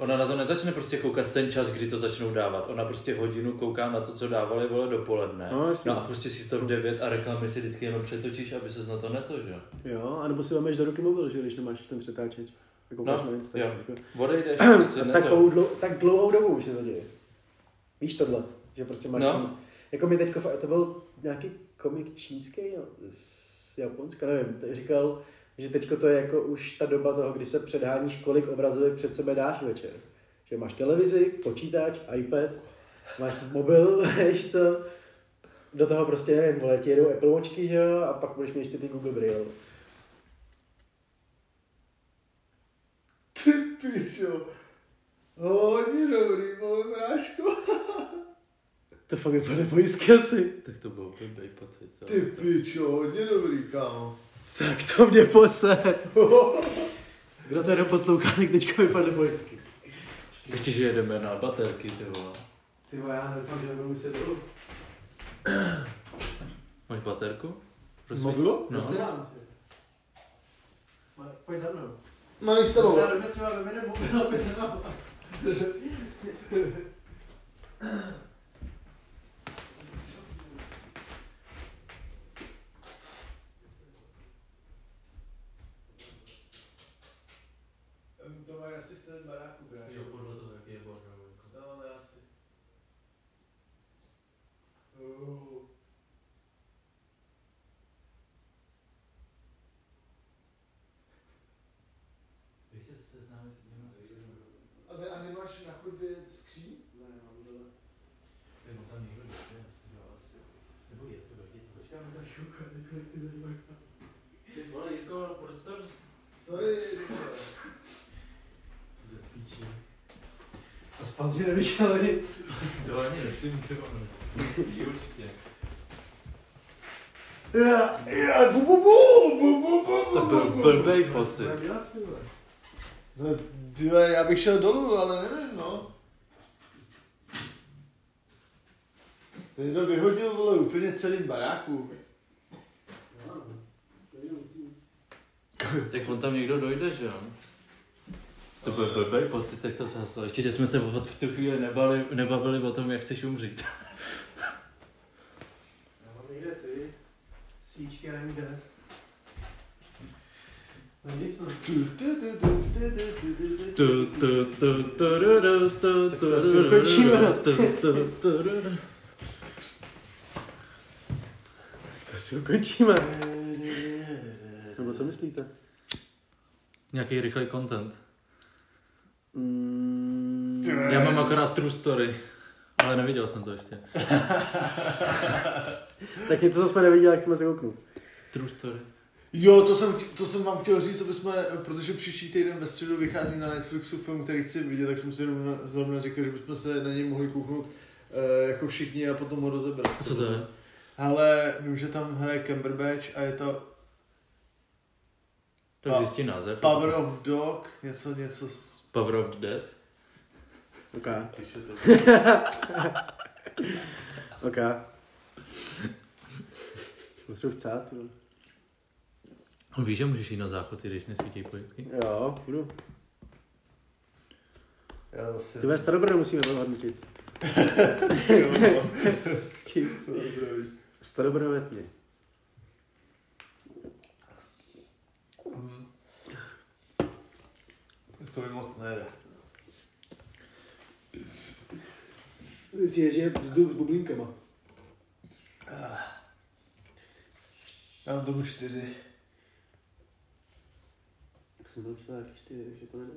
S3: Ona na to nezačne prostě koukat v ten čas, kdy to začnou dávat. Ona prostě hodinu kouká na to, co dávali vole dopoledne.
S7: No, jasně.
S3: no a prostě si to v 9 a reklamy si vždycky jenom přetočíš, aby se na to netožil. že?
S7: Jo, anebo si vemeš do ruky mobil, že jo, když nemáš ten přetáčeč. Jako
S3: No,
S7: máš na Instagram.
S3: jo.
S7: Jako.
S1: (clears throat)
S3: Odejdeš prostě
S1: A
S3: ne
S1: takovou
S3: to.
S1: dlou, tak dlouhou dobu už se to děje. Víš tohle, že prostě máš
S3: No.
S1: no. tam, jako mi teďko, fa- to byl nějaký komik čínský, jo, z Japonska, nevím, t- říkal, že teďko to je jako už ta doba toho, kdy se předháníš, kolik obrazovek před sebe dáš večer. Že máš televizi, počítač, iPad, máš mobil, (laughs) víš co, do toho prostě, nevím, vole, ti jedou Apple Watchky, že jo, a pak budeš mít ještě ty Google Brille.
S2: Ty pičo. Hodně dobrý, vole, mráško.
S1: To fakt vypadá pojistky asi.
S3: Tak to byl blbý pocit. to-
S2: Ty pičo, hodně dobrý, kámo.
S7: Tak to mě pose. Kdo to jenom poslouchá, tak teďka vypadne bojsky.
S3: Ještě, že jedeme na baterky, ty vole.
S1: Ty vole, já doufám, že nebudu muset dolů.
S3: Máš baterku? Prosím.
S2: Mobilu?
S3: No.
S2: Jasně.
S7: No,
S1: Pojď za mnou.
S2: Mám s tebou.
S1: Já třeba ve jeden mobil, aby se nám...
S2: To mají asi chce z baráku,
S3: Jo, podle toho, jaký je jako. barák.
S2: No, ale asi. Oh.
S4: Ty vole, Jirko, proč to
S2: Sorry,
S3: Do piči. A z Panzy nevyšel ani.
S4: To ani nevšiml, ty vole.
S3: Určitě.
S2: Já, já, bu, bu, bu, bu, bu, bu, bu,
S3: To byl
S2: bu, bu.
S3: blbej pocit.
S4: dělat, ty vole?
S2: No, tyhle, já bych šel dolů, ale nevím, no. Ten to vyhodil, vole, úplně celým baráku.
S3: Tak on tam někdo dojde, že jo? To byl blbý pocit, tak to zhaslo. Ještě, že jsme se od- v tu chvíli nebali, nebavili o tom, jak chceš umřít.
S1: Já mám někde ty svíčky a nevím kde. No nic no.
S2: Tu, tu, tu, tu, tu, tu, tu, tu, tu,
S3: Tu, tu, tu, tu, ru, ru, tu, tu, ru, ru, ru, tu, tu, tu, ru, ru.
S1: To si ukončíme. Nebo co myslíte?
S3: Nějaký rychlej content.
S1: Mm,
S3: Já mám akorát true story. Ale neviděl jsem to ještě.
S1: tak něco, co jsme neviděli, jak jsme se kouknout.
S3: True story.
S2: Jo, to jsem, to jsem vám chtěl říct, aby jsme, protože příští týden ve středu vychází na Netflixu film, který chci vidět, tak jsem si zrovna, zrovna říkal, že bychom se na něj mohli kouknout eh, jako všichni a potom ho rozebrat.
S3: A co to je?
S2: Ale vím, že tam hraje Cumberbatch a je to
S3: Tak zjistí název.
S2: Power of Dog, něco, něco s...
S3: Power of the Dead.
S1: Ok,
S2: Píše to.
S1: ok. Potřebuji chcát, no. ty vole.
S3: No Víš, že můžeš jít na záchod, i když nesvítí pojistky?
S1: Jo, budu.
S2: Já vlastně...
S1: Ty ve starobrne musíme odhodnotit.
S2: Jo, no.
S1: Čís.
S2: Co to zdraví?
S1: Starobrne ve tmě.
S2: Mhm. To mi moc nejde.
S8: Ti je vzduch s bublinkama.
S2: Já mám tomu čtyři.
S1: Tak jsem tam člověk čtyři, že to nedám.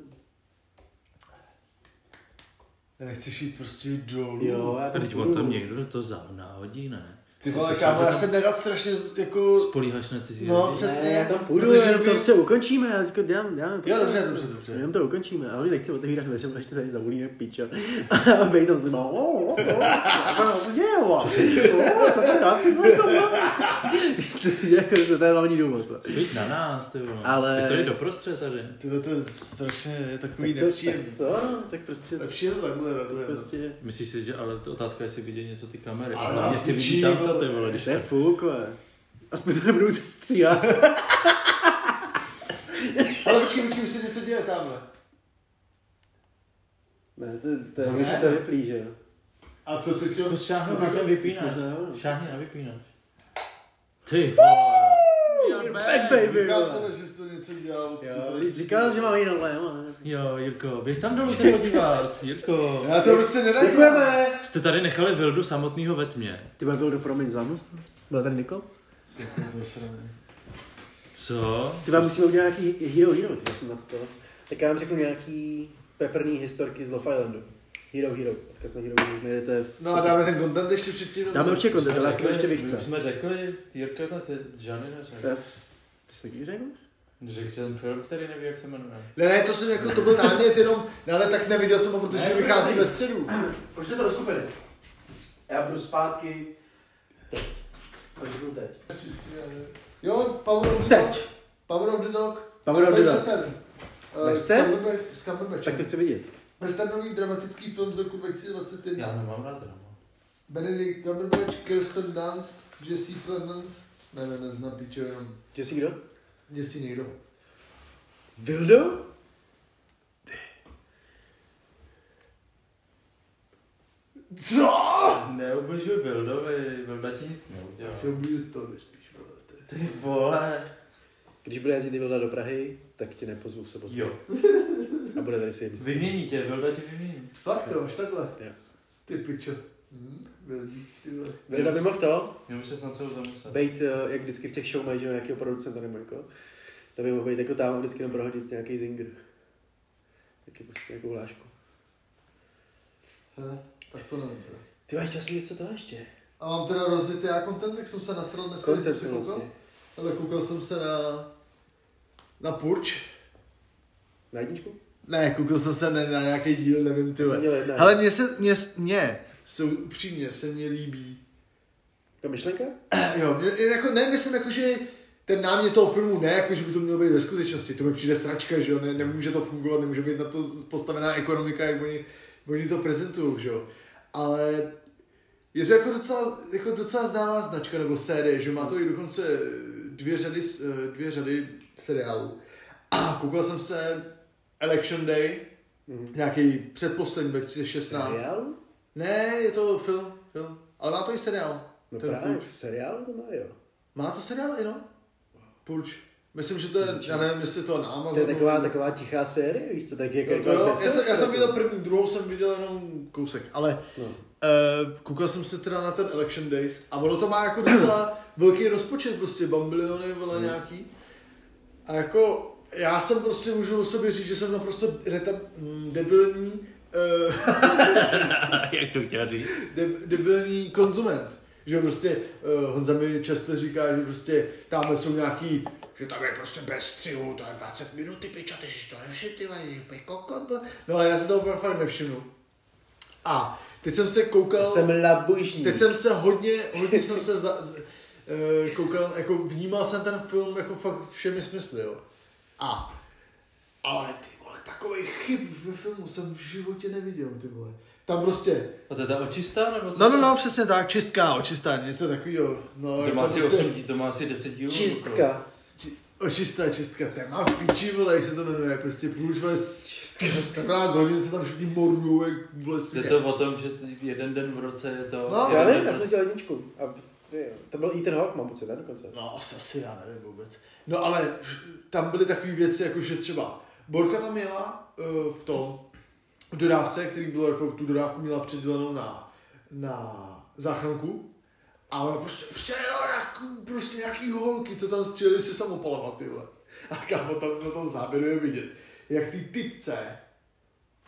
S2: Já nechci šít prostě dolů.
S8: Jo, já tam
S3: Teď on
S8: budu.
S3: tam někdo to za náhodí, ne?
S2: Ty
S3: Jsi
S2: vole,
S3: slyšel,
S2: kámo,
S3: že
S2: já
S3: tam
S2: se nerad strašně z- jako...
S3: Spolíháš na cizí
S2: No,
S3: lidi?
S2: přes- přesně,
S8: Ne, já tam půjdu.
S1: Půjdu,
S2: Protože
S1: já prostě- to
S2: by-
S1: chce ukončíme, já teďko dělám, dělám.
S2: Jo, dobře, dobře, dobře.
S1: Jenom to ukončíme, ale oni nechci otevírat dveře, protože to tady zavolí jak piča. (laughs) A bej tam s lidma, o, o, o, no, co se děje, o, o, co to je, já si znám to,
S2: (laughs)
S1: o. Chci, že jako, že to je hlavní důvod. co?
S3: Svít na nás, ty vole.
S1: Ale-
S3: Ty to je doprostřed tady.
S2: Tyhle to je strašně je takový
S1: Tak to, tak
S2: nepříjemný.
S1: to, no, tak prostě,
S2: Lepší je to takhle, takhle. no.
S1: prostě,
S3: Myslíš si, že ale to otázka je, jestli vidět něco ty kamery.
S2: Ale
S3: Ale hlavně si
S2: piči,
S3: vidí tamto,
S2: vole.
S3: ty vole, když
S1: to je fuk, vole. Aspoň to nebudou se stříhat.
S2: Ale počkej, počkej, už se něco děje tamhle.
S1: Ne, to, to,
S2: Co
S1: to,
S2: ne?
S1: že to vyplí, že jo.
S2: A to teď jo...
S3: Zkus šáhnout
S2: to
S3: na
S2: tak-
S3: ten vypínač.
S1: možná jo, no.
S3: Šáhni na vypínač. Ty vole.
S1: You're
S3: You're
S1: back,
S3: back.
S1: baby.
S2: Říkal, ale že jsi to něco dělal. že to prostě-
S1: Jo, říkal, že mám jinou lémo.
S3: Jo, Jirko, běž tam dolů se podívat, Jirko.
S2: Já to prostě neradím.
S1: Děkujeme!
S3: Jste tady nechali Vildu samotného ve tmě.
S1: Ty byl do promiň zámost? Byl tady Nikol?
S3: Co?
S1: Ty vám musíme udělat nějaký Hero Hero, ty já jsem na to. Tak já vám řeknu nějaký peprný historky z Love Islandu. Hero Hero, odkaz na Hero Hero, už najdete. v-
S2: No a dáme ten content ještě předtím. nebo-
S1: Dáme určitě kontent, ale já jsem to ještě
S3: My
S1: vychce.
S3: jsme řekli, ty Jirko, to ty Johnny neřekl.
S1: Já s- Ty jsi taky řekl?
S3: Řekl ten film, který neví, jak se jmenuje.
S2: Ne, ne, to jsem jako, to byl námět jenom, ne, ale tak neviděl jsem ho, protože
S1: Ne,
S2: vychází
S1: ne.
S2: ve středu.
S1: Proč jste to rozkupili? Já budu zpátky teď. Takže budu teď.
S2: Jo, Power of the Dog.
S1: Teď!
S2: Power of the Dog.
S1: Power of the Dog.
S2: Western. Eh,
S1: Western?
S2: s Cumberbatch- S
S1: Tak to
S2: Cumberbatchem.
S1: chci vidět.
S2: Westernový dramatický film z roku
S3: Já
S2: 2021.
S3: nemám rád drama.
S2: Benedict Cumberbatch, Kirsten Dunst, Jesse Plemons. Ne, ne, ne, na píču jenom.
S1: Že jsi kdo?
S2: Jesse někdo.
S1: Vildo?
S2: Co?
S3: Neubližuj Vildovi, Vilda ti nic neudělá.
S2: Chtěl být to spíš, vole, to je-
S3: Ty vole.
S1: Když bude jezdit Vilda do Prahy, tak ti nepozvu v sobotu.
S3: Jo.
S1: A bude tady si jim.
S3: Vymění tě, Vilda tě vymění.
S2: Fakt to, až takhle.
S1: Jo.
S2: Ty pičo. Hm, velký, ty vole.
S1: Vilda by mohl to,
S3: Jenom se snad celou (laughs) zamyslet.
S1: být, eh, jak vždycky v těch show mají, že jo, nějakého producenta nebo jako, to by mohl být jako tam a vždycky tam prohodit nějaký zinger. Taky prostě nějakou hlášku.
S2: Hele, tak to nevím. teda.
S1: Ty máš čas něco to ještě?
S2: A mám teda rozjetý já content, jak jsem se nasral dneska, když jsem
S1: Koncept
S2: se koukal.
S1: vlastně.
S2: Ale koukal jsem se na, na Purč.
S1: Na jedničku?
S2: Ne, koukal jsem se ne, na nějaký díl, nevím, ty
S1: To jsem
S2: vole.
S1: měl jedna.
S2: Ale mně se, mně, mně, se upřímně, se mně líbí.
S1: Ta myšlenka?
S2: Jo, je- je jako, ne, myslím jako, že ten námět toho filmu ne, jako, že by to mělo být ve skutečnosti, to mi přijde sračka, že jo, ne, nemůže to fungovat, nemůže být na to postavená ekonomika, jak oni, oni to prezentují, že jo. Ale je to jako docela, jako docela známá značka nebo série, že má to i dokonce dvě řady, s- eh, dvě řady seriálů. A koukal jsem se Election Day, mm-hmm. nějaký předposlední 2016.
S1: Mhm. Seriál?
S2: Ne, je to film, film, ale má to i seriál.
S1: No
S2: Ten
S1: právě,
S2: Purge.
S1: seriál to má, jo.
S2: Má to seriál i no? Purč. Myslím, že to je, já nevím, jestli to na
S1: To je
S2: Amazonu.
S1: taková, taková tichá série, víš co, tak jak... jako
S2: Jo,
S1: jak
S2: No to
S1: máš
S2: jo, já,
S1: deset,
S2: jsem, já jsem
S1: tak-
S2: viděl první, druhou jsem viděl jenom kousek, ale
S1: No.
S2: no. uh, koukal jsem se teda na ten Election Days a ono to má (clears throat) jako docela velký rozpočet prostě, bambiliony, vole nějaký. A jako já jsem prostě můžu o sobě říct, že jsem naprosto reta, mm, debilní eh,
S9: Jak to chtěl říct?
S2: de, debilní konzument. Že prostě uh, Honza mi často říká, že prostě tam jsou nějaký, že tam je prostě bez střihu, to je 20 minut, ty pičo, ty si to nevšiml, ty vole, ty úplně kokot. vole. No ale já se toho opravdu fakt nevšimnu. A teď jsem se koukal...
S1: Jsem labužní.
S2: Teď jsem se hodně, hodně jsem se za, z, eh, koukal, jako vnímal jsem ten film jako fakt všemi smysly, jo. A, ale ty vole, takovej chyb ve filmu jsem v životě neviděl, ty vole. Tam prostě,
S3: A to je ta očistá nebo co?
S2: no, no, no, přesně tak, čistka, očistá, něco takového. No,
S3: To
S2: jak
S3: má
S2: tam
S3: asi
S2: prostě-
S3: 8 dí, to má asi 10 dílů. nebo kolik?
S1: Čistka.
S2: Či, očistá, čistka, téma v piči, vole, jak se to jmenuje, prostě průč, vole, s- 14 hodin se tam všichni mordují, jak v lesu.
S3: Je to o tom, že t- jeden den v roce je to...
S2: No,
S1: Já
S3: jeden
S1: nevím,
S3: den-
S1: já jsem chtěl jedničku. A jo, to byl Ethan Hawke, mám pocit, ne dokonce.
S2: No, asi, asi já nevím vůbec. No ale tam byly takové věci, jako že třeba Borka tam měla uh, v tom v dodávce, který bylo jako tu dodávku měla předělenou na, na záchranku. A ona prostě přejela jak, prostě nějaký holky, co tam stříleli se samopalama, ty vole. A kámo, tam na tom záběru je vidět, jak ty typce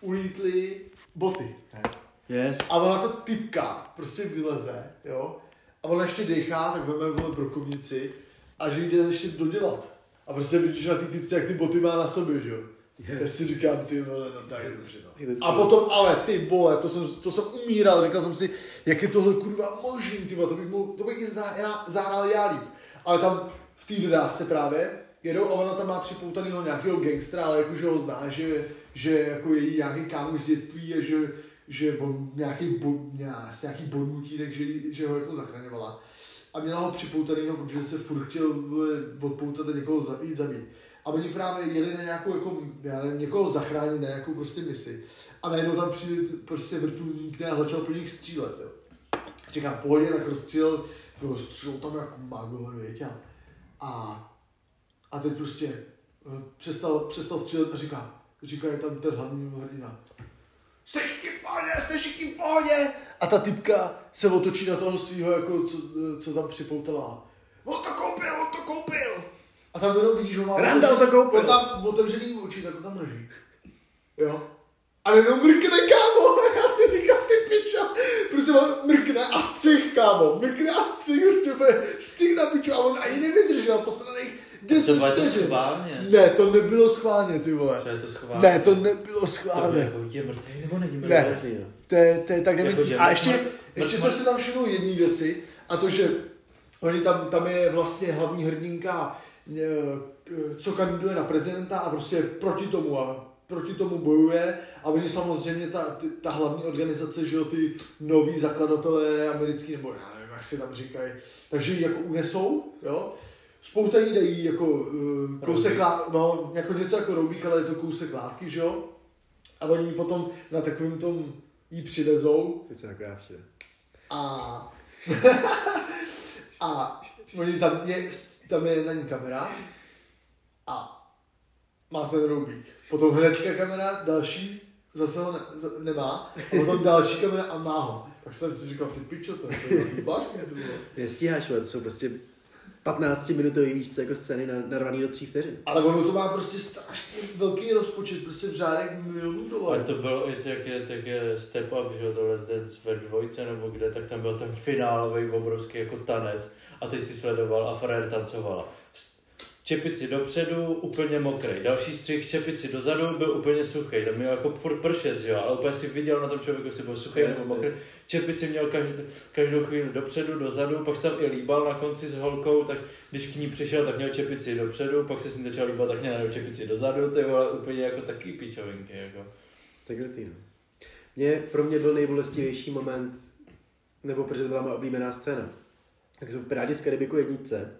S2: ulítly boty. Ne?
S10: Yes.
S2: A ona ta typka prostě vyleze, jo. A ona ještě dechá, tak veme vole brokovnici a že jde ještě dodělat. A prostě vidíš na ty typce, jak ty boty má na sobě, že jo. Já si říkám, ty vole, no tak dobře, no. A potom, ale ty vole, to jsem, to jsem umíral, říkal jsem si, jak je tohle kurva možný, ty vole, to bych, mohl, to bych i zá- já- zahrál já líp. Ale tam v té dodávce právě jedou a ona tam má připoutanýho nějakého gangstra, ale jakože ho zná, že, že jako její nějaký kámoš z dětství a že, že on nějaký, bo, nějak, nějaký bodnutí, takže že ho jako zachraňovala. A měla ho připoutanýho, protože se furt chtěl vole, odpoutat a někoho za, i zabít. A oni právě jeli na nějakou, jako, já nevím, někoho zachránit, na nějakou prostě misi. A najednou tam přijde prostě vrtulník ne, a začal po nich střílet, jo. Říkám, pohodě, tak rozstřílel, rozstřílel tam jako magor, větě. A, a teď prostě eh, přestal, přestal střílet a říká, říká je tam ten hlavní hrdina. Jste všichni v pohodě, jste všichni v pohodě. A ta typka se otočí na toho svého, jako, co, eh, co tam připoutala. On to koupil, on to koupil. A tam jenom vidíš, že ho má...
S1: Randall to koupil.
S2: On tam otevřený oči, tak on tam leží. Jo. A jenom mrkne, kámo, (laughs) a já si říkám, ty piča, prostě on mrkne a střih, kámo, mrkne a střih, prostě úplně střih na piču a on ani nevydržel posledních 10
S3: Třeba je to
S2: vteřin.
S3: schválně.
S2: Ne, to nebylo schválně, ty vole.
S3: Třeba je to schválně.
S2: Ne, to nebylo
S3: To bylo
S2: schválně.
S3: jako, je mrtvý nebo není mrtvý?
S2: Ne, to je, to je tak
S3: Jako,
S2: nevidí.
S3: že
S2: A
S3: mrtma-
S2: ještě, ještě
S3: mrtma-
S2: jsem si tam všiml jedné věci, a to, že oni tam, tam je vlastně hlavní hrdinka, eh, eh, co kandiduje na prezidenta a prostě proti tomu a proti tomu bojuje a oni samozřejmě, ta, ty- ta hlavní organizace, že jo, ty noví zakladatelé americký, nebo já nevím, jak si tam říkají, takže ji jako unesou, jo, spoutají, dají jako uh, kousek lá, no, jako něco jako roubík, ale je to kousek látky, že jo, a oni ji potom na takovém tom jí přivezou
S1: Teď jako se taková vše.
S2: (laughs) a... a oni tam je, tam je na ní kamera a má ten roubík. Potom hnedka kamera, další, zase ho ne, za, nemá. A potom další kamera a má ho. Tak jsem si říkal, ty pičo, to je to je bážně, to bylo.
S1: Nestíháš, vole, to jsou prostě 15-minutový výšce jako scény na- narvaný do tří vteřin.
S2: Ale ono to má prostě strašně velký rozpočet, prostě v řádech milionů
S3: Ale
S2: dolarů.
S3: to bylo, je to jak je, tak je step up, že jo, to Let's Dance ve dvojce nebo kde, tak tam byl ten finálový obrovský jako tanec a teď si sledoval a Ferrer tancovala. S- Čepici dopředu, úplně mokrý. Další střih čepici dozadu byl úplně suchý. Tam měl jako furt pršet, že jo, ale úplně si viděl na tom člověku, jestli byl suchý nebo mokrý. Čepici měl každou, každou chvíli dopředu, dozadu, pak se tam i líbal na konci s holkou, tak když k ní přišel, tak měl čepici dopředu, pak se s ní začal líbat, tak měl najednou čepici dozadu, ty vole, úplně jako taky pičovinky, jako.
S1: Takhle ty, no. Mě, pro mě byl nejbolestivější moment, nebo protože to byla má oblíbená scéna. Tak jsou v Pirátě z Karibiku jednice,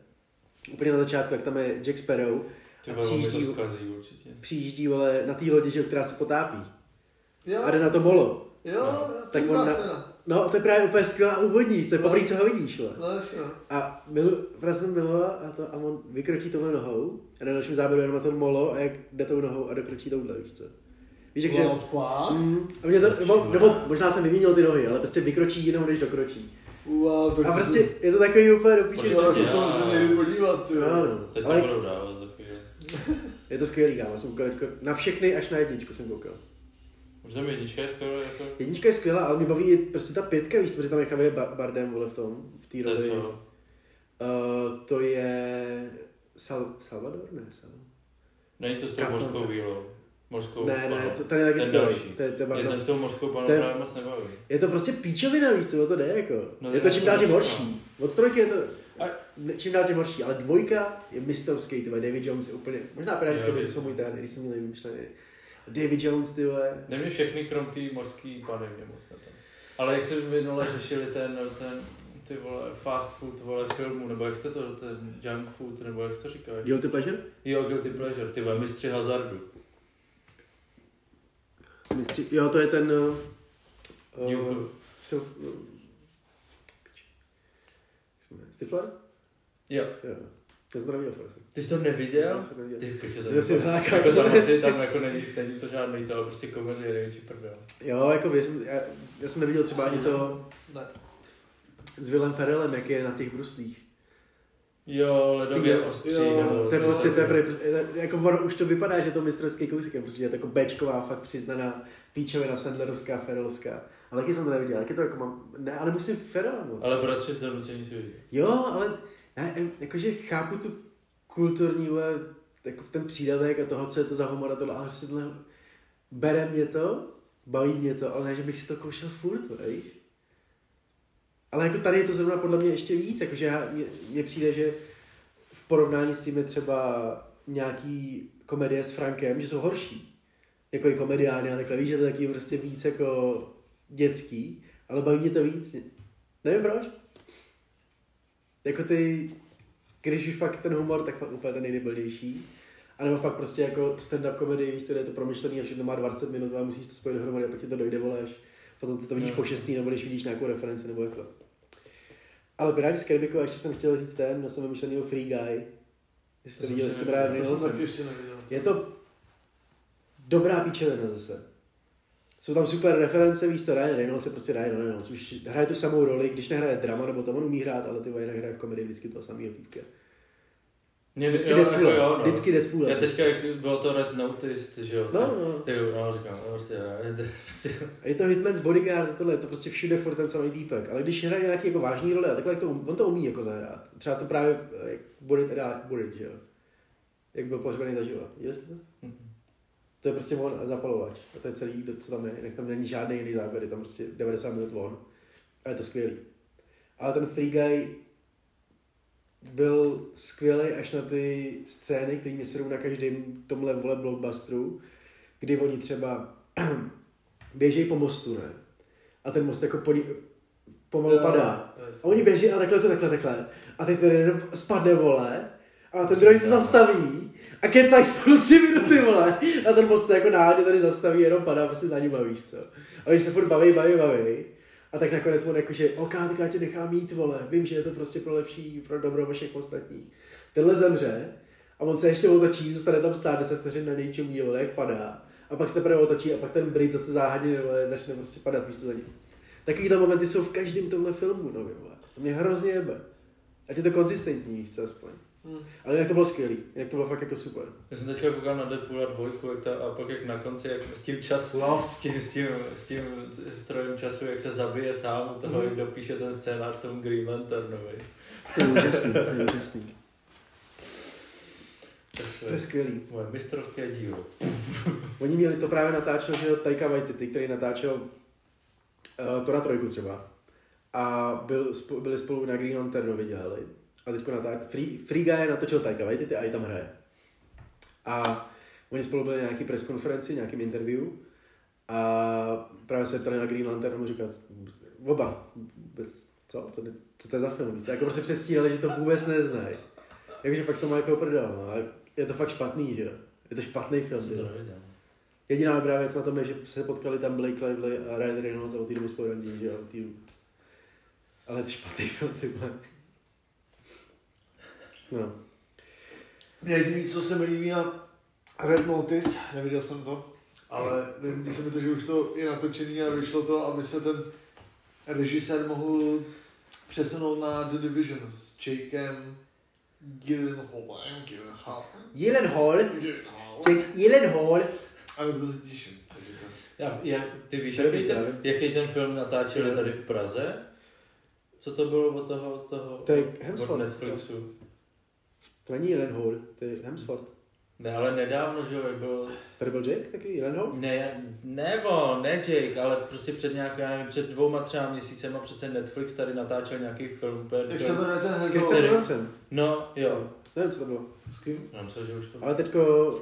S1: úplně na začátku, jak tam je Jack Sparrow
S3: Ty
S1: a
S3: vole, on mi to
S1: přijíždí,
S3: zkazí určitě.
S1: přijíždí vole, na té lodi, že, jo, která se potápí.
S2: Jo,
S1: A jde na to bolo.
S2: jo,
S1: No, Tak
S2: tak on
S1: on na-
S2: scéna.
S1: No, to je právě úplně skvělá úvodní, to je poprvé, co ho vidíš, vole.
S2: No, jasně. no.
S1: A milu, právě jsem miloval a, to, a on vykročí touhle nohou a na dalším záběru jenom na to molo a jak jde tou nohou a dokročí touhle, víš co. Víš, takže...
S2: No, fakt?
S1: Mm, a mě to, nebo, nebo, možná jsem vyměnil ty nohy, ale prostě vykročí jinou, než dokročí.
S2: Wow, tak
S1: A
S2: to
S1: prostě
S2: jsem-
S1: je to takový úplně do
S2: to
S1: píči.
S3: Možná
S2: jsem-
S1: No,
S3: si-
S2: to jsem se nejdu podívat, ty. jo.
S1: no,
S3: Teď to
S1: ale
S3: budou dávat za chvíli.
S1: je to skvělý, kámo, jsem koukal teďko- na všechny až na jedničku jsem koukal.
S3: Už tam jednička je skoro jako...
S1: Jednička je skvělá, ale mi baví i prostě ta pětka, víš, co, protože tam nechávají Bar- Bardem, vole, v tom, v té
S3: To je
S1: roli.
S3: co?
S1: Uh, to je... Sal- Salvador? Ne, Salvador.
S3: Není to s tou
S1: Kapton.
S3: morskou vílou. Morskou
S1: Ne, ne,
S3: panou.
S1: to, ten je taky
S3: Ten
S1: skvělý.
S3: další.
S1: To je- to je
S3: Mě
S1: Bardem.
S3: ten s tou morskou panou
S1: Ten-
S3: právě moc nebaví.
S1: Je to prostě píčovina, víš co, o to jde, jako.
S3: No,
S1: No, je
S3: já
S1: to čím
S3: to
S1: dál tím
S3: nečekám.
S1: horší. Od trojky je to
S3: A-
S1: ne- čím dál tím horší, ale dvojka je mistrovský, ty vole, David Jones je úplně, možná právě
S3: Jo,
S1: že to byl-
S3: David.
S1: jsou můj ten, když jsem měl vymyšlený. David Jones, ty vole.
S3: Nemě všechny, krom té morský pany mě moc na Ale jak jsme minule řešili ten, ten, ty vole, fast food, vole, filmu, nebo jak jste to, ten junk food, nebo jak jste to říkal?
S11: Guilty pleasure?
S3: Jo, Guilty Pleasure, ty vole, mistři hazardu.
S1: Mistři, jo, to je ten... Uh,
S3: Newcastle.
S1: uh, Silf, uh, Stifler?
S3: Jo.
S1: Jo. To jsem to neviděl, Flores.
S3: Ty jsi to
S1: To
S3: neviděl?
S1: jsem to neviděl.
S3: Ty piče, to
S1: Já si
S3: nebylo.
S1: hlákám.
S3: jako tam asi, tam jako není, není to žádný to, ale prostě komedie, největší prdel.
S1: Jo, jako věřím, já, já jsem neviděl třeba ani to
S2: Ne.
S1: s Willem Ferrellem, jak je na těch bruslích.
S3: Jo, ledově
S1: Steel.
S3: ostří,
S2: Jo,
S3: nebo...
S1: To je
S2: To
S1: prostě,
S2: je
S1: to je prej- prostě, je- jako ono už to vypadá, že je to mistrovský kousek je prostě jako bečková, fakt přiznaná píčovina Sandlerovská, Ferelovská. Ale taky jsem to neviděl, taky to jako mám, ne, ale no. musím Ferela mu.
S3: Ale bratři z donucení si vidí.
S1: Jo, ale já, em, jakože chápu tu kulturní, vole, jako ten přídavek a toho, co je to za humor a tohle, ale si tohle, bere mě to, baví mě to, ale ne, že bych si to koušel furt, vej. Ale jako tady je to zrovna podle mě ještě víc, jakože já- mně- mně přijde, že v porovnání s tím je třeba nějaký komedie s Frankem, že jsou horší. Jako i komediány a takhle, víš, že to je taky prostě víc jako dětský, ale baví mě to víc. Nevím proč. Jako ty, když už fakt ten humor, tak fakt úplně ten nejnebldější. A nebo fakt prostě jako stand-up komedii, víš, tady je to promyšlený, a všechno má 20 minut a musíš to spojit dohromady a pak ti to dojde, vole, až potom co to vidíš
S3: No,
S1: po šestý, nebo když vidíš nějakou referenci, nebo jako. Ale Piráti z Karibiku, a ještě jsem chtěl říct ten, měl jsem vymyšlený o Free Guy. Jestli jste
S3: To
S1: viděli,
S3: jsem
S1: jsem
S3: neviděl,
S1: právě
S2: To jsem
S1: Nielsen.
S2: taky ještě neviděl.
S1: Je to dobrá píčelina zase. Jsou tam super reference, víš co, Ryan Reynolds je prostě Ryan Reynolds. Už hraje tu samou roli, když nehraje drama, nebo tam on umí hrát, ale ty vole, jinak hraje v komedii vždycky toho samého týpka.
S3: Mě
S1: Vždycky
S3: jo, jako
S1: Deadpoolem,
S3: jo, no.
S1: vždycky Deadpoolem.
S3: Já teďka, jak bylo to Red Notice, že jo,
S1: No,
S3: tak-
S1: no.
S3: Ty jo, no, říkám, no, prostě, ne,
S1: A je to Hitman's Bodyguard, a tohle, je to prostě všude furt ten samý týpek. Ale když hraje nějaký jako vážný role a takhle, jak to, on to umí jako zahrát. Třeba to právě, eh, jak Borit, teda Borit, že jo. Jak byl pohřbený zaživa. Viděli jste to? To je prostě on a zapalovač. A to je celý, kdo- co tam je. Jinak tam není žádný jiný záběr, je tam prostě 90 minut on. A je to skvělý. Ale ten Free Guy byl skvělý až na ty scény, které mě sedou na každém tomhle vole blockbusteru, kdy oni třeba běžejí po mostu, ne? A ten most jako po, ní- pomalu
S2: Jo,
S1: padá.
S2: jasně.
S1: A oni běží a takhle to takhle takhle. A teď ten jeden spadne vole a ten druhý se
S2: no.
S1: zastaví a kecají spolu tři minuty vole. A ten most se jako náhodně tady zastaví, jenom padá, prostě za ní bavíš, co? A oni se furt baví, baví, baví. A tak nakonec on jakože, ok, tak já tě nechám jít, vole, vím, že je to prostě pro lepší, pro dobro všech ostatních. Tenhle zemře a on se ještě otočí, zůstane tam stát 10 vteřin na něčem díl, jak padá. A pak se teprve otočí a pak ten Brit zase záhadně vole, začne prostě padat místo za ním. Takovýhle momenty jsou v každém tomhle filmu, no vole. To mě hrozně jebe. Ať je to konzistentní, chce aspoň. Ale jinak to bylo skvělý, jinak to bylo fakt jako super.
S3: Já jsem teďka koukal na Deadpool a dvojku jak ta, a pak jak na konci, jak s tím čas, Love. s tím, s tím, s tím strojem času, jak se zabije sám, toho, mm.
S1: Mhm.
S3: kdo píše ten scénář tomu Green Lanternovi.
S12: To je úžasný, to je úžasný.
S3: Tak to
S1: To je
S3: je
S1: skvělý.
S3: moje mistrovské dílo.
S1: Oni měli to právě natáčel, že jo, Taika Waititi, který natáčel uh, to na trojku třeba. A byl, spo- byli spolu na Green Lanternovi dělali. A teďko natáč... Free, Free Guy natočil Taika Waititi a i tam hraje. A oni spolu byli na nějaký preskonferenci, nějakým interview. A právě se ptali na Green Lanternu říkat, oba, vůbec, co, to, je- co to je za film? Víš co, Jako prostě předstírali, že to vůbec neznají. Jakože fakt to má jako prdel, no. A je to fakt špatný, že jo. Je to špatný film.
S3: Jsem
S1: že
S3: to
S1: jo.
S3: neviděl.
S1: Jediná dobrá věc na tom je, že se potkali tam Blake Lively a Ryan Reynolds a od té doby spolu randí, že jo, od té doby. Ale to je špatný film, ty vole. No.
S2: Mě jediný, co se mi líbí na Red Notice, neviděl jsem to, ale líbí se mi to, že už to je natočený a vyšlo to, aby se ten režisér mohl přesunout na The Division s Jakem Gyllenhaalem. Gyllenhaalem.
S1: Jelen Hall,
S2: Gyllenhaalem.
S1: Jack Jelen Hall.
S2: A na to se těším. takže to-
S3: Já, já, ty víš,
S1: To je
S3: jaký ten,
S1: dobrý.
S3: jaký ten film natáčeli tady v Praze? Co to bylo od toho, toho
S1: To je
S3: od
S1: Hemsworth.
S3: Netflixu?
S1: To není Jelen Hall, to je Hemsworth.
S3: Ne, ale nedávno, že jo, jak bylo
S1: Tady byl Jack taky, Jelen Hall?
S3: Ne, nebo, ne Jake, ale prostě před nějakou, já nevím, před dvouma třeba měsícema přece Netflix tady natáčel nějaký film. úplně
S2: Jak
S3: to-
S2: se jmenuje ten
S1: S
S2: hezol?
S1: Chrisem Evansem.
S3: No, jo.
S1: Nevím, co to bylo.
S2: S kým?
S3: Já myslel, že už to...
S1: Ale teďko
S3: No.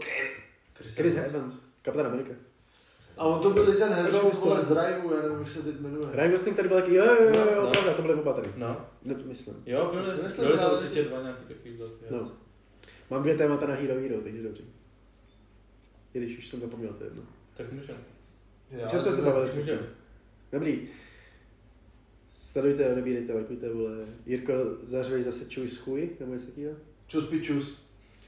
S3: Chris
S1: Chris
S3: Evans.
S1: Evans, Kapitán Amerika.
S2: A on to byl i ten
S1: Proč
S2: hezol,
S1: bys to
S2: vole,
S1: neznal?
S2: z Driveu, já nevím, jak se teď jmenuje.
S1: Ryan Gosling tady byl taky, jo, jo, jo,
S3: No,
S1: jo,
S3: no.
S1: pravda, to byly oba tady.
S3: No,
S1: Ne, to myslím.
S3: jo, byly,
S2: Myslím,
S3: byly to
S2: právě,
S3: určitě dva nějaký takový bloky.
S1: No. Mám dvě témata na Hero Hero, takže dobře. I když už jsem zapomněl, to je jedno.
S3: Tak můžeme.
S2: Já
S1: Čas jsme se
S2: nevím.
S1: bavili
S3: Můžeme.
S1: předtím. Dobrý. Sledujte, odebírejte, lajkujte, vole. Jirko, zařvej zase čuj schůj, nebo něco takového?
S2: Čus pičus.